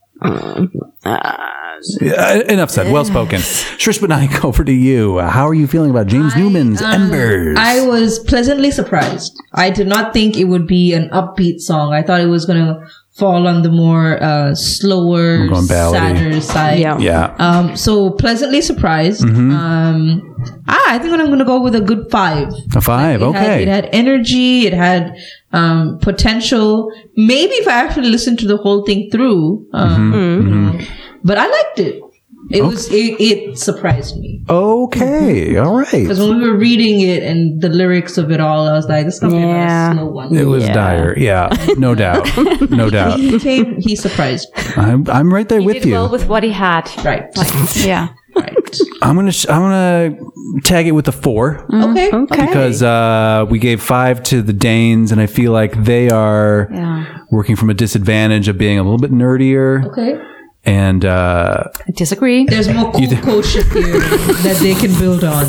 Yeah, enough said. Well spoken. Shrish Benaik, over to you. Uh, how are you feeling about James Newman's Embers?
I was pleasantly surprised. I did not think it would be an upbeat song. I thought it was going to fall on the more uh, slower,
We're going ballady.
sadder side.
yeah.
yeah.
Um, so pleasantly surprised. Um, ah, I think I'm going to go with a good five.
A five.
It had-
Okay.
it had energy. It had um, potential. Maybe if I actually listened to the whole thing through, um, you know, but I liked it. It was it, it surprised me
okay. All right.
because when we were reading it and the lyrics of it all, I was like, "This is gonna
Yeah.
be a slow one."
It was dire. Yeah. No doubt. No doubt.
he came. He surprised. me.
I'm, I'm right there with
Did
you.
well with what he had.
Right.
Yeah.
Right.
I'm gonna sh- I'm gonna tag it with a four
Uh-huh. Okay.
Okay.
because uh, we gave five to the Danes, and I feel like they are working from a disadvantage of being a little bit nerdier.
Okay.
and uh,
I disagree.
There's more cool culture here that they can build on.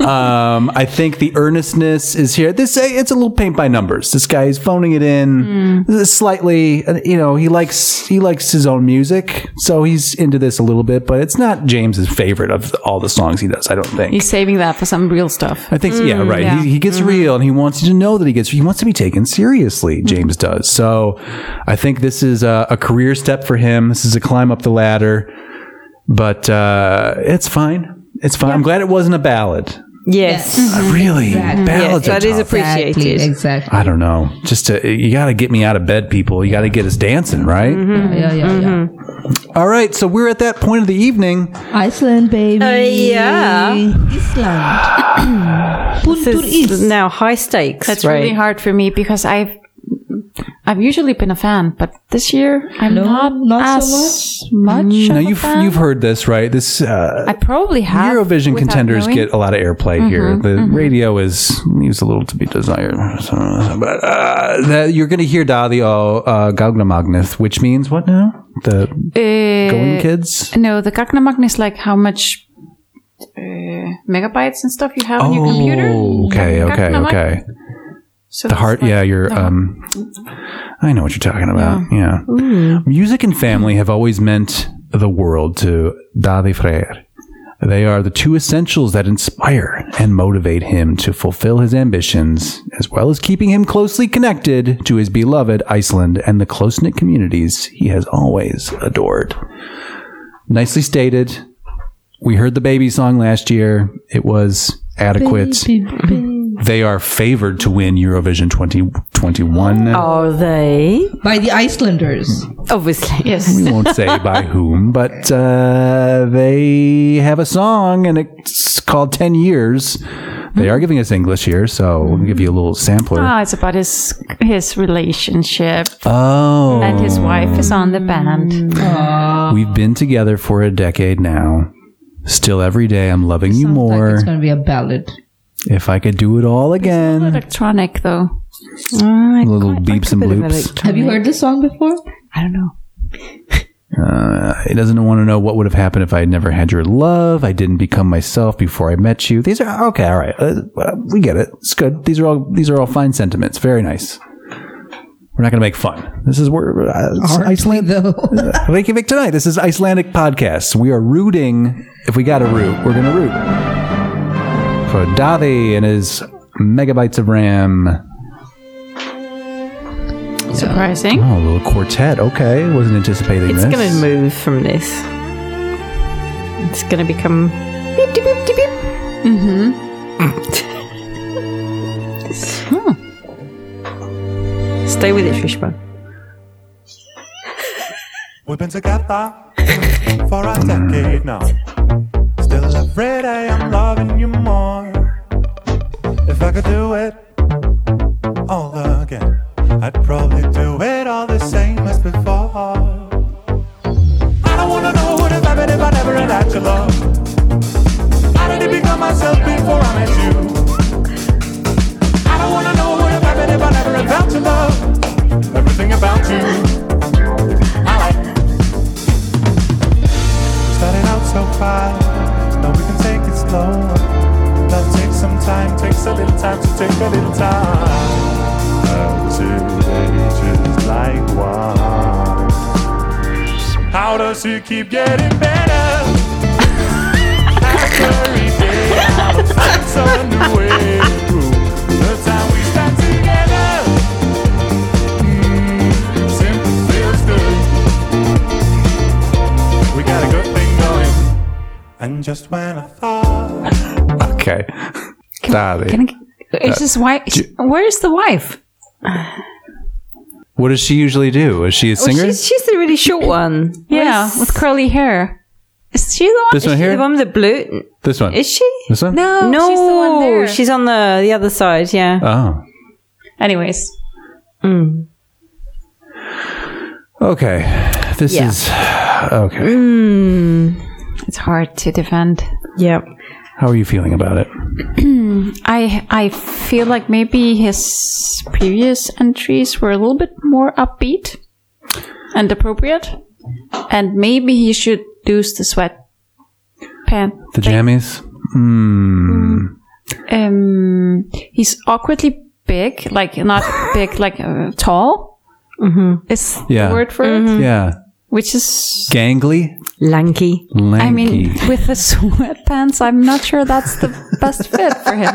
um, I think the earnestness is here. This it's a little paint by numbers. This guy is phoning it in slightly. uh, You know, he likes he likes his own music, so he's into this a little bit. But it's not James's favorite of all the songs he does. I don't think.
He's saving that for some real stuff.
I think,
Mm,
yeah, right. He, he
Mm-hmm.
gets real and he wants you to know that he gets, he wants to be taken seriously. James does. So I think this is a, a career step for him. This is a climb up the ladder, but uh, it's fine. It's fine. I'm glad it wasn't a ballad.
yes,
I really, ballads
yes, Mm-hmm. that
are
is
tough.
appreciated.
Exactly. Exactly.
I don't know. Just to, you got to get me out of bed, people. You got to get us dancing, right?
Mm-hmm.
Yeah. Yeah. Yeah.
All right. So we're at that point of the evening.
Iceland, baby.
Uh, yeah.
Iceland.
This is now high stakes.
That's
right?
really hard for me because I've I've usually been a fan, but this year I'm
No,
not,
not so
as much.
Mm. Now
of a
you've
fan.
Mm-hmm.
you've heard this, right? This uh,
I probably have
Eurovision
without
contenders
knowing. Mm-hmm,
get a lot of airplay here. The radio is leaves a little to be desired, but uh, that you're going to hear Dali O uh, Gagnamagnith, which means what now? The
Uh,
going kids.
No, the Gagnamagn is like how much uh, megabytes and stuff you have on your computer.
Oh, okay, okay,
Gagnamagn.
okay.
So
The heart,
it's like-
yeah, your um, I know what you're talking
Mm.
about. Yeah, music and family have always meant the world to Dadi Freire. They are the two essentials that inspire and motivate him to fulfill his ambitions, as well as keeping him closely connected to his beloved Iceland and the close knit communities he has always adored. Nicely stated. We heard the baby song last year. It was adequate. They are favored to win Eurovision 2021.
Oh.
Are they?
by the Icelanders.
Obviously.
Yes.
We won't say by whom, but uh, they have a song and it's called 10 Years. They are giving us English here, so we'll give you a little sampler.
Ah, it's about his his relationship
oh.
and his wife is on the band.
Oh.
We've been together for a decade now. Still every day, I'm loving you
Sounds like
more.
it's going to be a ballad.
if I could do it all again.
Electronic though.
Little beeps and bloops.
Have you heard this song before?
I don't know.
Uh, it doesn't want to know what would have happened if I had never had your love. I didn't become myself before I met you. These are okay. All right, uh, uh, we get it. It's good. These are all these are all fine sentiments. Very nice. We're not going to make fun. This is where uh, it's Iceland.
though.
Reykjavik tonight. This is Icelandic podcasts. We are rooting. If we got to root, we're going to root for Davi and his megabytes of RAM.
Surprising.
Oh, a little quartet. Okay, wasn't anticipating
It's
this.
going to move from this. It's going to become. Beep, beep, beep, beep, beep. Mm-hmm. Hmm. Stay with it, Fishbone.
We've been together for a decade now. Still every day I'm loving you more. If I could do it all again, I'd probably do it all the same as before. I don't wanna know what have happened if I never had had your love. I didn't become myself before I met you. I don't wanna know what have happened if I never had felt your love. Everything about you, I like. Started out so fast, now we can take it slow. Love takes some time, takes a little time to take a little time. How two ages like one. How does he keep getting better? Every day, how to find some new way through the time we spent together. Mm, simply feels good. We got a good thing going. And just when I thought
Okay, Davi.
Can I, is his wife? where is the wife?
what does she usually do? Is she
Oh,
a singer?
She's, she's the really short one.
Yeah,
Where's-
with curly hair. Is she the one?
this one here.
The one with the blue.
This one.
Is she?
This one?
No,
no,
she's the one there.
she's on the the other side. Yeah.
Oh.
Anyways,
Okay. This
Yeah.
is okay.
it's hard to defend.
yeah.
How are you feeling about it?
I I feel like maybe his previous entries were a little bit more upbeat and appropriate, and maybe he should lose the sweat pant.
The jammies?
Um, he's awkwardly big, like not big, like uh, tall. Mm-hmm. Is
Yeah.
the word for it?
Yeah.
Which is,
Gangly?
Lanky.
Lanky.
I mean, with the sweatpants, I'm not sure that's the best fit for him.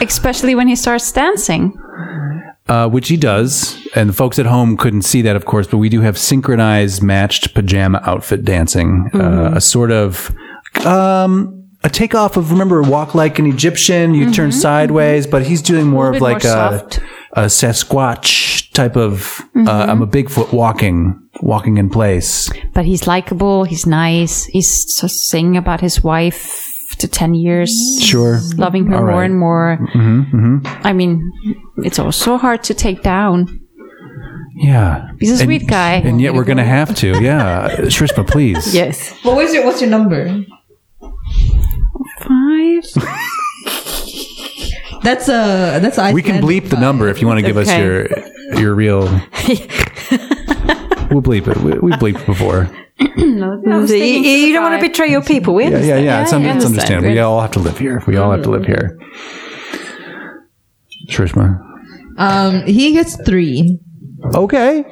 Especially when he starts dancing.
uh, which he does. And the folks at home couldn't see that, of course, but we do have synchronized matched pajama outfit dancing, uh,
Mm-hmm.
a sort of. Um, a takeoff of remember walk like an Egyptian, you turn sideways, but he's doing more of
Mm-hmm. bit more
like a,
soft. Mm-hmm.
a Sasquatch type of. Uh, I'm a Bigfoot walking, walking in place.
but he's likable. He's nice. He's just singing about his wife to ten years,
Sure.
loving her
All Mm-hmm,
more
right.
and more. I mean, it's also hard to take down.
Yeah.
He's a
And-
sweet guy.
And yet we're going to have to. Yeah. Shrishma, please.
Yes.
What was your What's your number?
Five.
That's a that's a
We can bleep the number if you want to give us
Okay.
your your real. we'll bleep it. We, we bleeped before.
no, I was
you,
thinking
you don't want to betray your people. We
Yeah, yeah,
understand.
yeah. It's, un-
I
it's
understand.
understandable. We
We-
all have to live here. We all have to live here. Shrishma.
Um, he gets three.
Okay.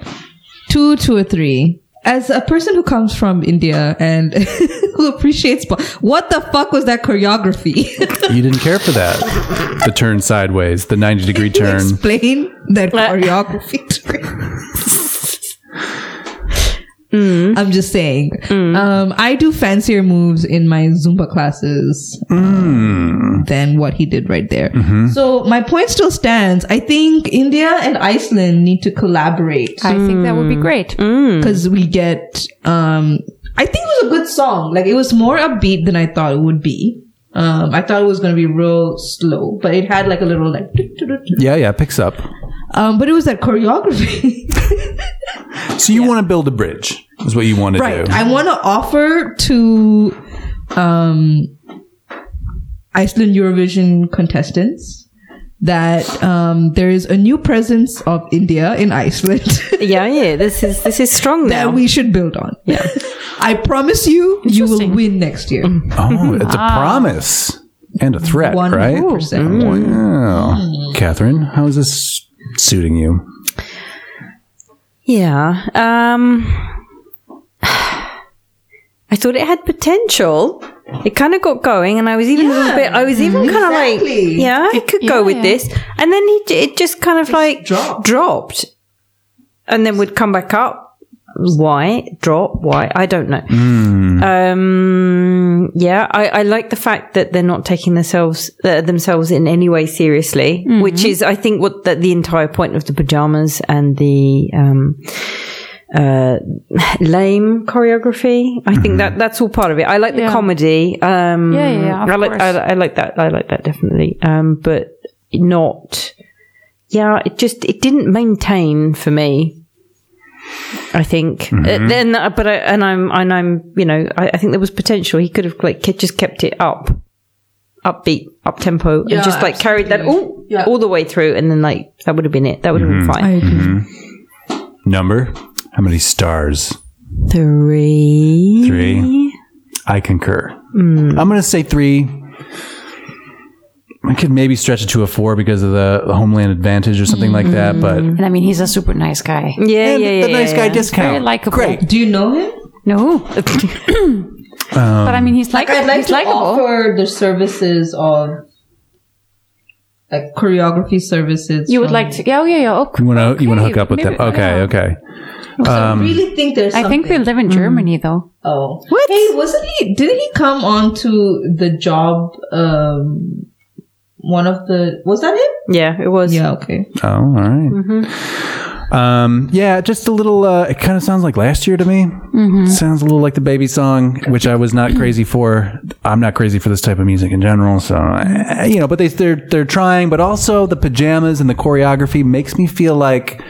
Two, two, or three. As a person who comes from India and who appreciates, bo- what the fuck was that choreography?
You didn't care for that. The turn sideways, the 90 degree turn.
Explain that choreography. to me. I'm just saying. Um, I do fancier moves in my Zumba classes um, than what he did right there. So my point still stands. I think India and Iceland need to collaborate
I think that
Mm.
would be great.
because we get um I think it was a good song. Like it was more upbeat than I thought it would be. Um I thought it was gonna be real slow, but it had like a little like
Yeah, yeah. Picks up.
um but it was that choreography.
So you want to build a bridge, is what you want to
right.
do.
I wanna offer to um Iceland Eurovision contestants that um there is a new presence of India in Iceland.
Yeah, yeah. This is this is strong now.
That we should build on. Yeah. I promise you, you will win next year.
oh, it's a
Ah.
promise and a threat, right? Mm.
100%.
Wow. Catherine, how is this suiting you?
Yeah. Um I thought it had potential. It kind of got going, and I was even a little bit. I was even kind of
exactly.
like, yeah, I could go with this. And then he, it just kind of like
dropped.
dropped, and then would come back up. Why drop? Why I don't know. Um, yeah, I, I like the fact that they're not taking themselves uh, themselves in any way seriously, which is, I think, what the, the entire point of the pajamas and the um, uh, lame choreography. I think that that's all part of it. I like the
Yeah.
comedy. Um,
Yeah, yeah, yeah, of
I like I,
course.
I like that. I like that definitely. Um, but not. Yeah, it just it didn't maintain for me. I think.
Mm-hmm.
Uh, then, uh, but I, and I'm and I'm you know I, I think there was potential. He could have like ke- just kept it up, upbeat, up tempo,
Yeah,
and just like carried that all
Yeah.
all the way through, and then like that would have been it. That would have been
Mm-hmm.
fine.
Number? How many stars?
Three.
Three. I concur.
Mm.
I'm going to say three. I could maybe stretch it to a four because of the, the homeland advantage or something like that, but
And I mean, he's a super nice guy.
Yeah, Mm. yeah,
And
yeah.
the nice
yeah,
guy
yeah.
discount.
Very likable.
Oh, Great.
Do you know him?
No. but
Um,
I mean, he's like, he's likable.
offer the services of like choreography services.
You would like to? Yeah, oh, yeah, yeah. Okay.
You want to you want to hook up with
maybe-
them? Okay,
yeah.
okay. Um,
I really think there's.
I think they
something.
live in Germany, though.
Oh, what? Hey, wasn't he? Didn't he come on to the job? Um, one of the was that it?
Yeah, it was.
Yeah. Okay.
Oh, all right.
Mm-hmm.
Um, yeah, just a little. Uh, it kind of sounds like last year to me.
Mm-hmm.
Sounds a little like the baby song, which I was not crazy for. I'm not crazy for this type of music in general. So uh, you know, but they they're they're trying. But also the pajamas and the choreography makes me feel like.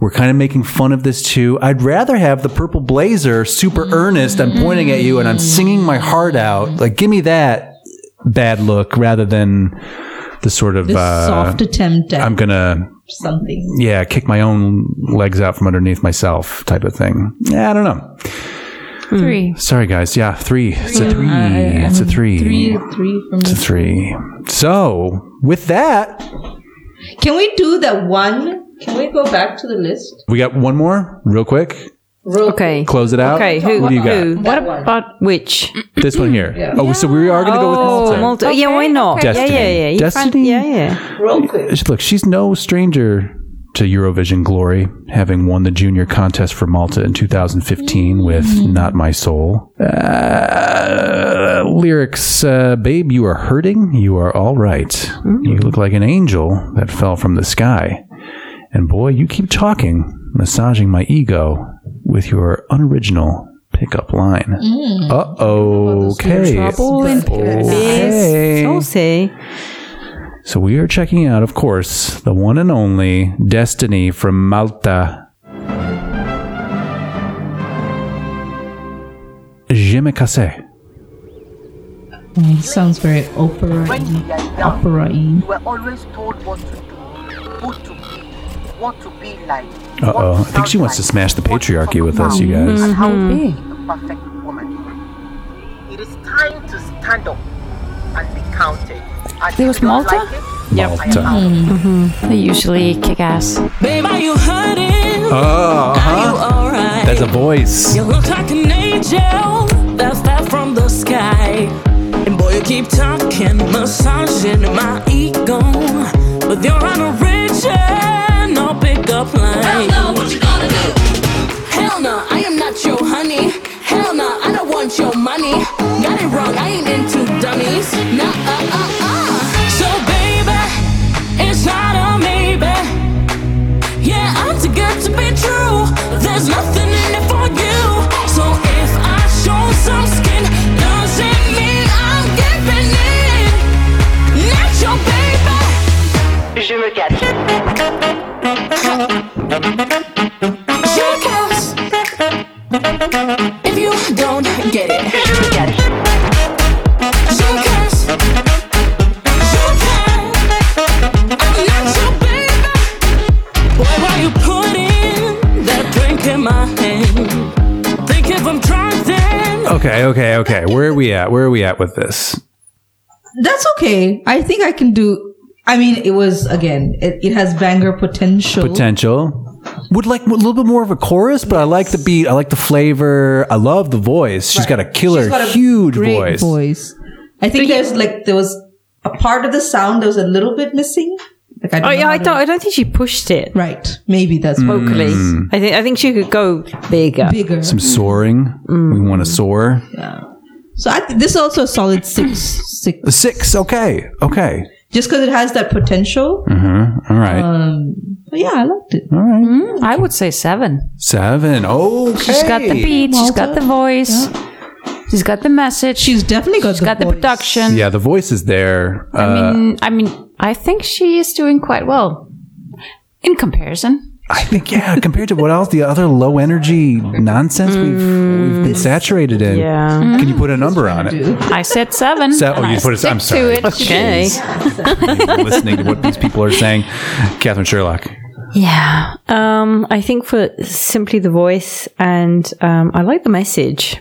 We're kind of making fun of this too. I'd rather have the purple blazer super earnest. I'm pointing at you and I'm singing my heart out. Like, give me that bad look rather than the sort of
This
uh,
soft attempt at
I'm Mm. gonna
something.
yeah, kick my own legs out from underneath myself type of thing. Yeah, I don't know.
Three.
Sorry, guys. Yeah, three. It's a three. It's a three.
Three, three for me.
It's a three. So with that,
Can we do that one? Can we go back to the list?
we got one more real quick.
Real
Okay.
Close it out.
Okay. Who?
What do you got?
who?
That one.
about which?
This one here. Oh, so we are gonna go with
Oh,
Malta.
Malta. Yeah, why not?
Destiny.
Yeah, yeah, yeah. You
Destiny.
find- yeah, yeah.
real quick.
Look, she's no stranger to Eurovision glory, having won the junior contest for Malta in 2015 with Not My Soul. Uh, lyrics uh, Babe, you are hurting. You are all right. You look like an angel that fell from the sky. And boy, you keep talking, massaging my ego with your unoriginal pickup line. Uh oh. Okay. Okay. Mm.
Saucy.
So we are checking out, of course, the one and only Destiny from Malta. Je me cassais.
Mm, sounds very opera opera
You were always told what to do, who to be, what to be like.
Uh oh. I think she wants to smash the patriarchy with us, you guys.
Mm-hmm.
And how to be
Mm.
a perfect woman. It is time to stand up and be counted. And
There was
if you don't
Malta?
like it,
Malta.
They usually kick ass.
Babe, are you
Mm-hmm.
hurting?
Oh,
Are you
uh-huh.
alright?
That's a voice.
You look like an angel that's fell from the sky. And boy, you keep talking, massaging my ego. With your unoriginal pickup line. Hell no, what you gonna do? Hell no, I am not your honey. Hell no, I don't want your money. Got it wrong, I ain't into dummies. Nah, uh, uh, uh. So, baby, it's not a maybe. Yeah, I'm too good to be true. There's nothing in it for you. So if I show some skin, doesn't mean I'm giving in. Not your baby. Je me cache. Je casse. If you don't get it. Je me cache. Je casse. Je cache. I'm not your baby. Boy, why you putting that drink in my hand? Think if I'm drunk then
Okay, okay, okay. Where are we at? Where are we at with this?
That's okay. I think I can do. I mean, it was again. It, it has banger potential.
Potential. Would like a little bit more of a chorus, but I like the beat. I like the flavor. I love the voice. She's got a killer,
She's got a
huge
great
voice.
voice. I think there's like there was a part of the sound that was a little bit missing. Like I
Oh yeah,
know
I
how to-
don't. I don't think she pushed it
right. Maybe that's
vocally.
Mm.
I think. I think she could go bigger.
bigger.
Hmm. Some soaring.
Mm.
We want to soar.
So I th- this is also a solid six six.
A Six. Okay. Okay.
Just because it has that potential.
Mm-hmm. All right.
Uh,
Um, but yeah, I liked it.
All right.
I would say seven.
Seven. Okay.
She's got the beat. She's got the voice. She's got the message. She's
She's definitely got the
got the
voice.
production.
Yeah, the voice is there. Uh,
I mean, I mean, I think she is doing quite well in comparison.
I think yeah, compared to what else the other low energy nonsense we've we've
Mm.
been saturated in.
Yeah.
Can you put a number on it?
I said seven.
So- oh,
and
you
Mm-hmm. I
put it- I'm
stick To it.
Okay.
Listening to what these people are saying, Catherine Sherlock.
Yeah. Um, I think for simply the voice, and um, I like the message.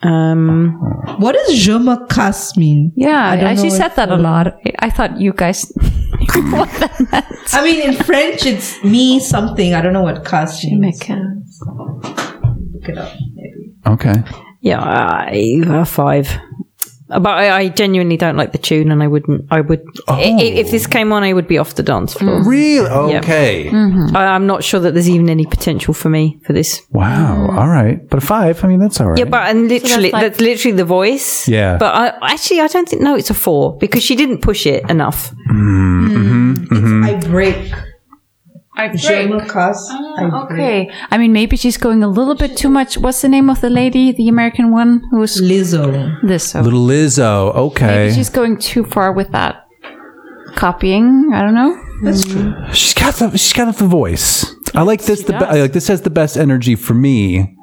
Um,
What does je me casse mean?
Yeah,
don't
I she
know
said
if,
that a
um,
lot. I thought you guys. what that meant.
I mean, in French, it's me something. I don't know what casse means. Look it up.
Okay.
yeah, I, a five. But I, I genuinely don't like the tune, and I wouldn't. I would i i- if this came on, I would be off the dance
Oh.
floor.
Really? Okay.
Mm.
I, I'm not sure that there's even any potential for me for this.
Wow.
Mm.
All right. But a five, I mean, that's all right.
Yeah, but and literally,
like-
that's, literally the voice.
Yeah.
But I, actually, I don't think. No, it's a four because she didn't push it enough.
Mm-hmm.
I break.
I
Je me casse.
Ah,
I break.
Okay. I mean, maybe she's going a little bit too much. What's the name of the lady, the American one, who's
Lizzo.
this? So
Little Lizzo.
maybe
Okay.
she's going too far with that copying. I don't know.
she's got the she's got the voice. I like this the be- I like this has the best energy for me.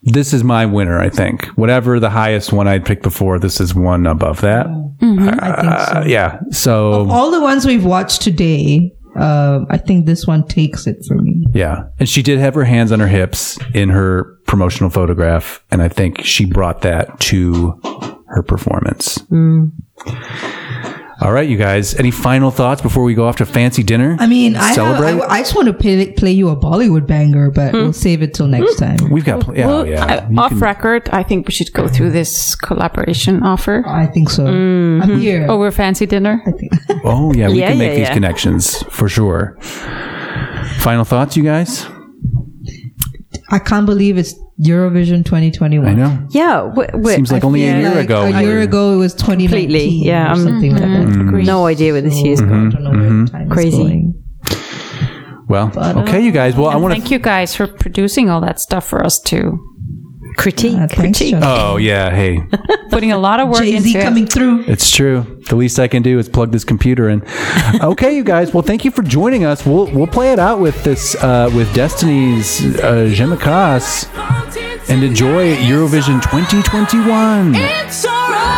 This is my winner, I think. Whatever the highest one I'd picked before, this is one above that.
I think so.
Uh, yeah. So
All the ones we've watched today, um, I think this one takes it for me.
Yeah. And she did have her hands on her hips in her promotional photograph. And I think she brought that to her performance.
Hmm.
All right, you guys. Any final thoughts before we go off to fancy dinner?
I mean, I, have,
celebrate.
I, I just want to play, play you a Bollywood banger, but
Hmm.
we'll save it till next time.
We've got. Pl- yeah, oh, yeah.
Uh,
You
off
can-
record, I think we should go through this collaboration offer
I think so.
Mm-hmm.
I'm here.
over fancy dinner.
oh yeah, we
Yeah,
can
yeah,
make these
yeah.
connections for sure. Final thoughts, you guys.
I can't believe it's Eurovision 2021.
I know.
Yeah. we we
Seems like only a
Yeah,
year
like
ago.
A
we
year
were-
ago, it was 2019.
Completely, yeah,
or
I'm-
something like
Mm-hmm.
that.
no idea what this year's
I don't know where time is
Crazy.
going. Uh,
Well, okay, you guys. Well, I
And
want
thank you guys for producing all that stuff for us too.
critique.
Uh, thanks,
critique.
Josh.
Oh yeah, hey,
Putting a lot of work
Jay-Z
into
coming
it.
through.
It's true. The least I can do is plug this computer in. okay, you guys. Well, thank you for joining us. We'll we'll play it out with this uh, with Destiny's uh, Jemikas.
Fountains
and enjoy Eurovision 2021.
It's alright.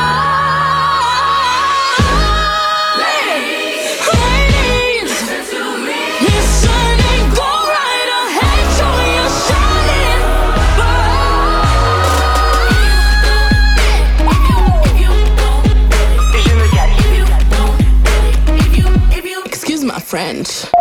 Excuse my French.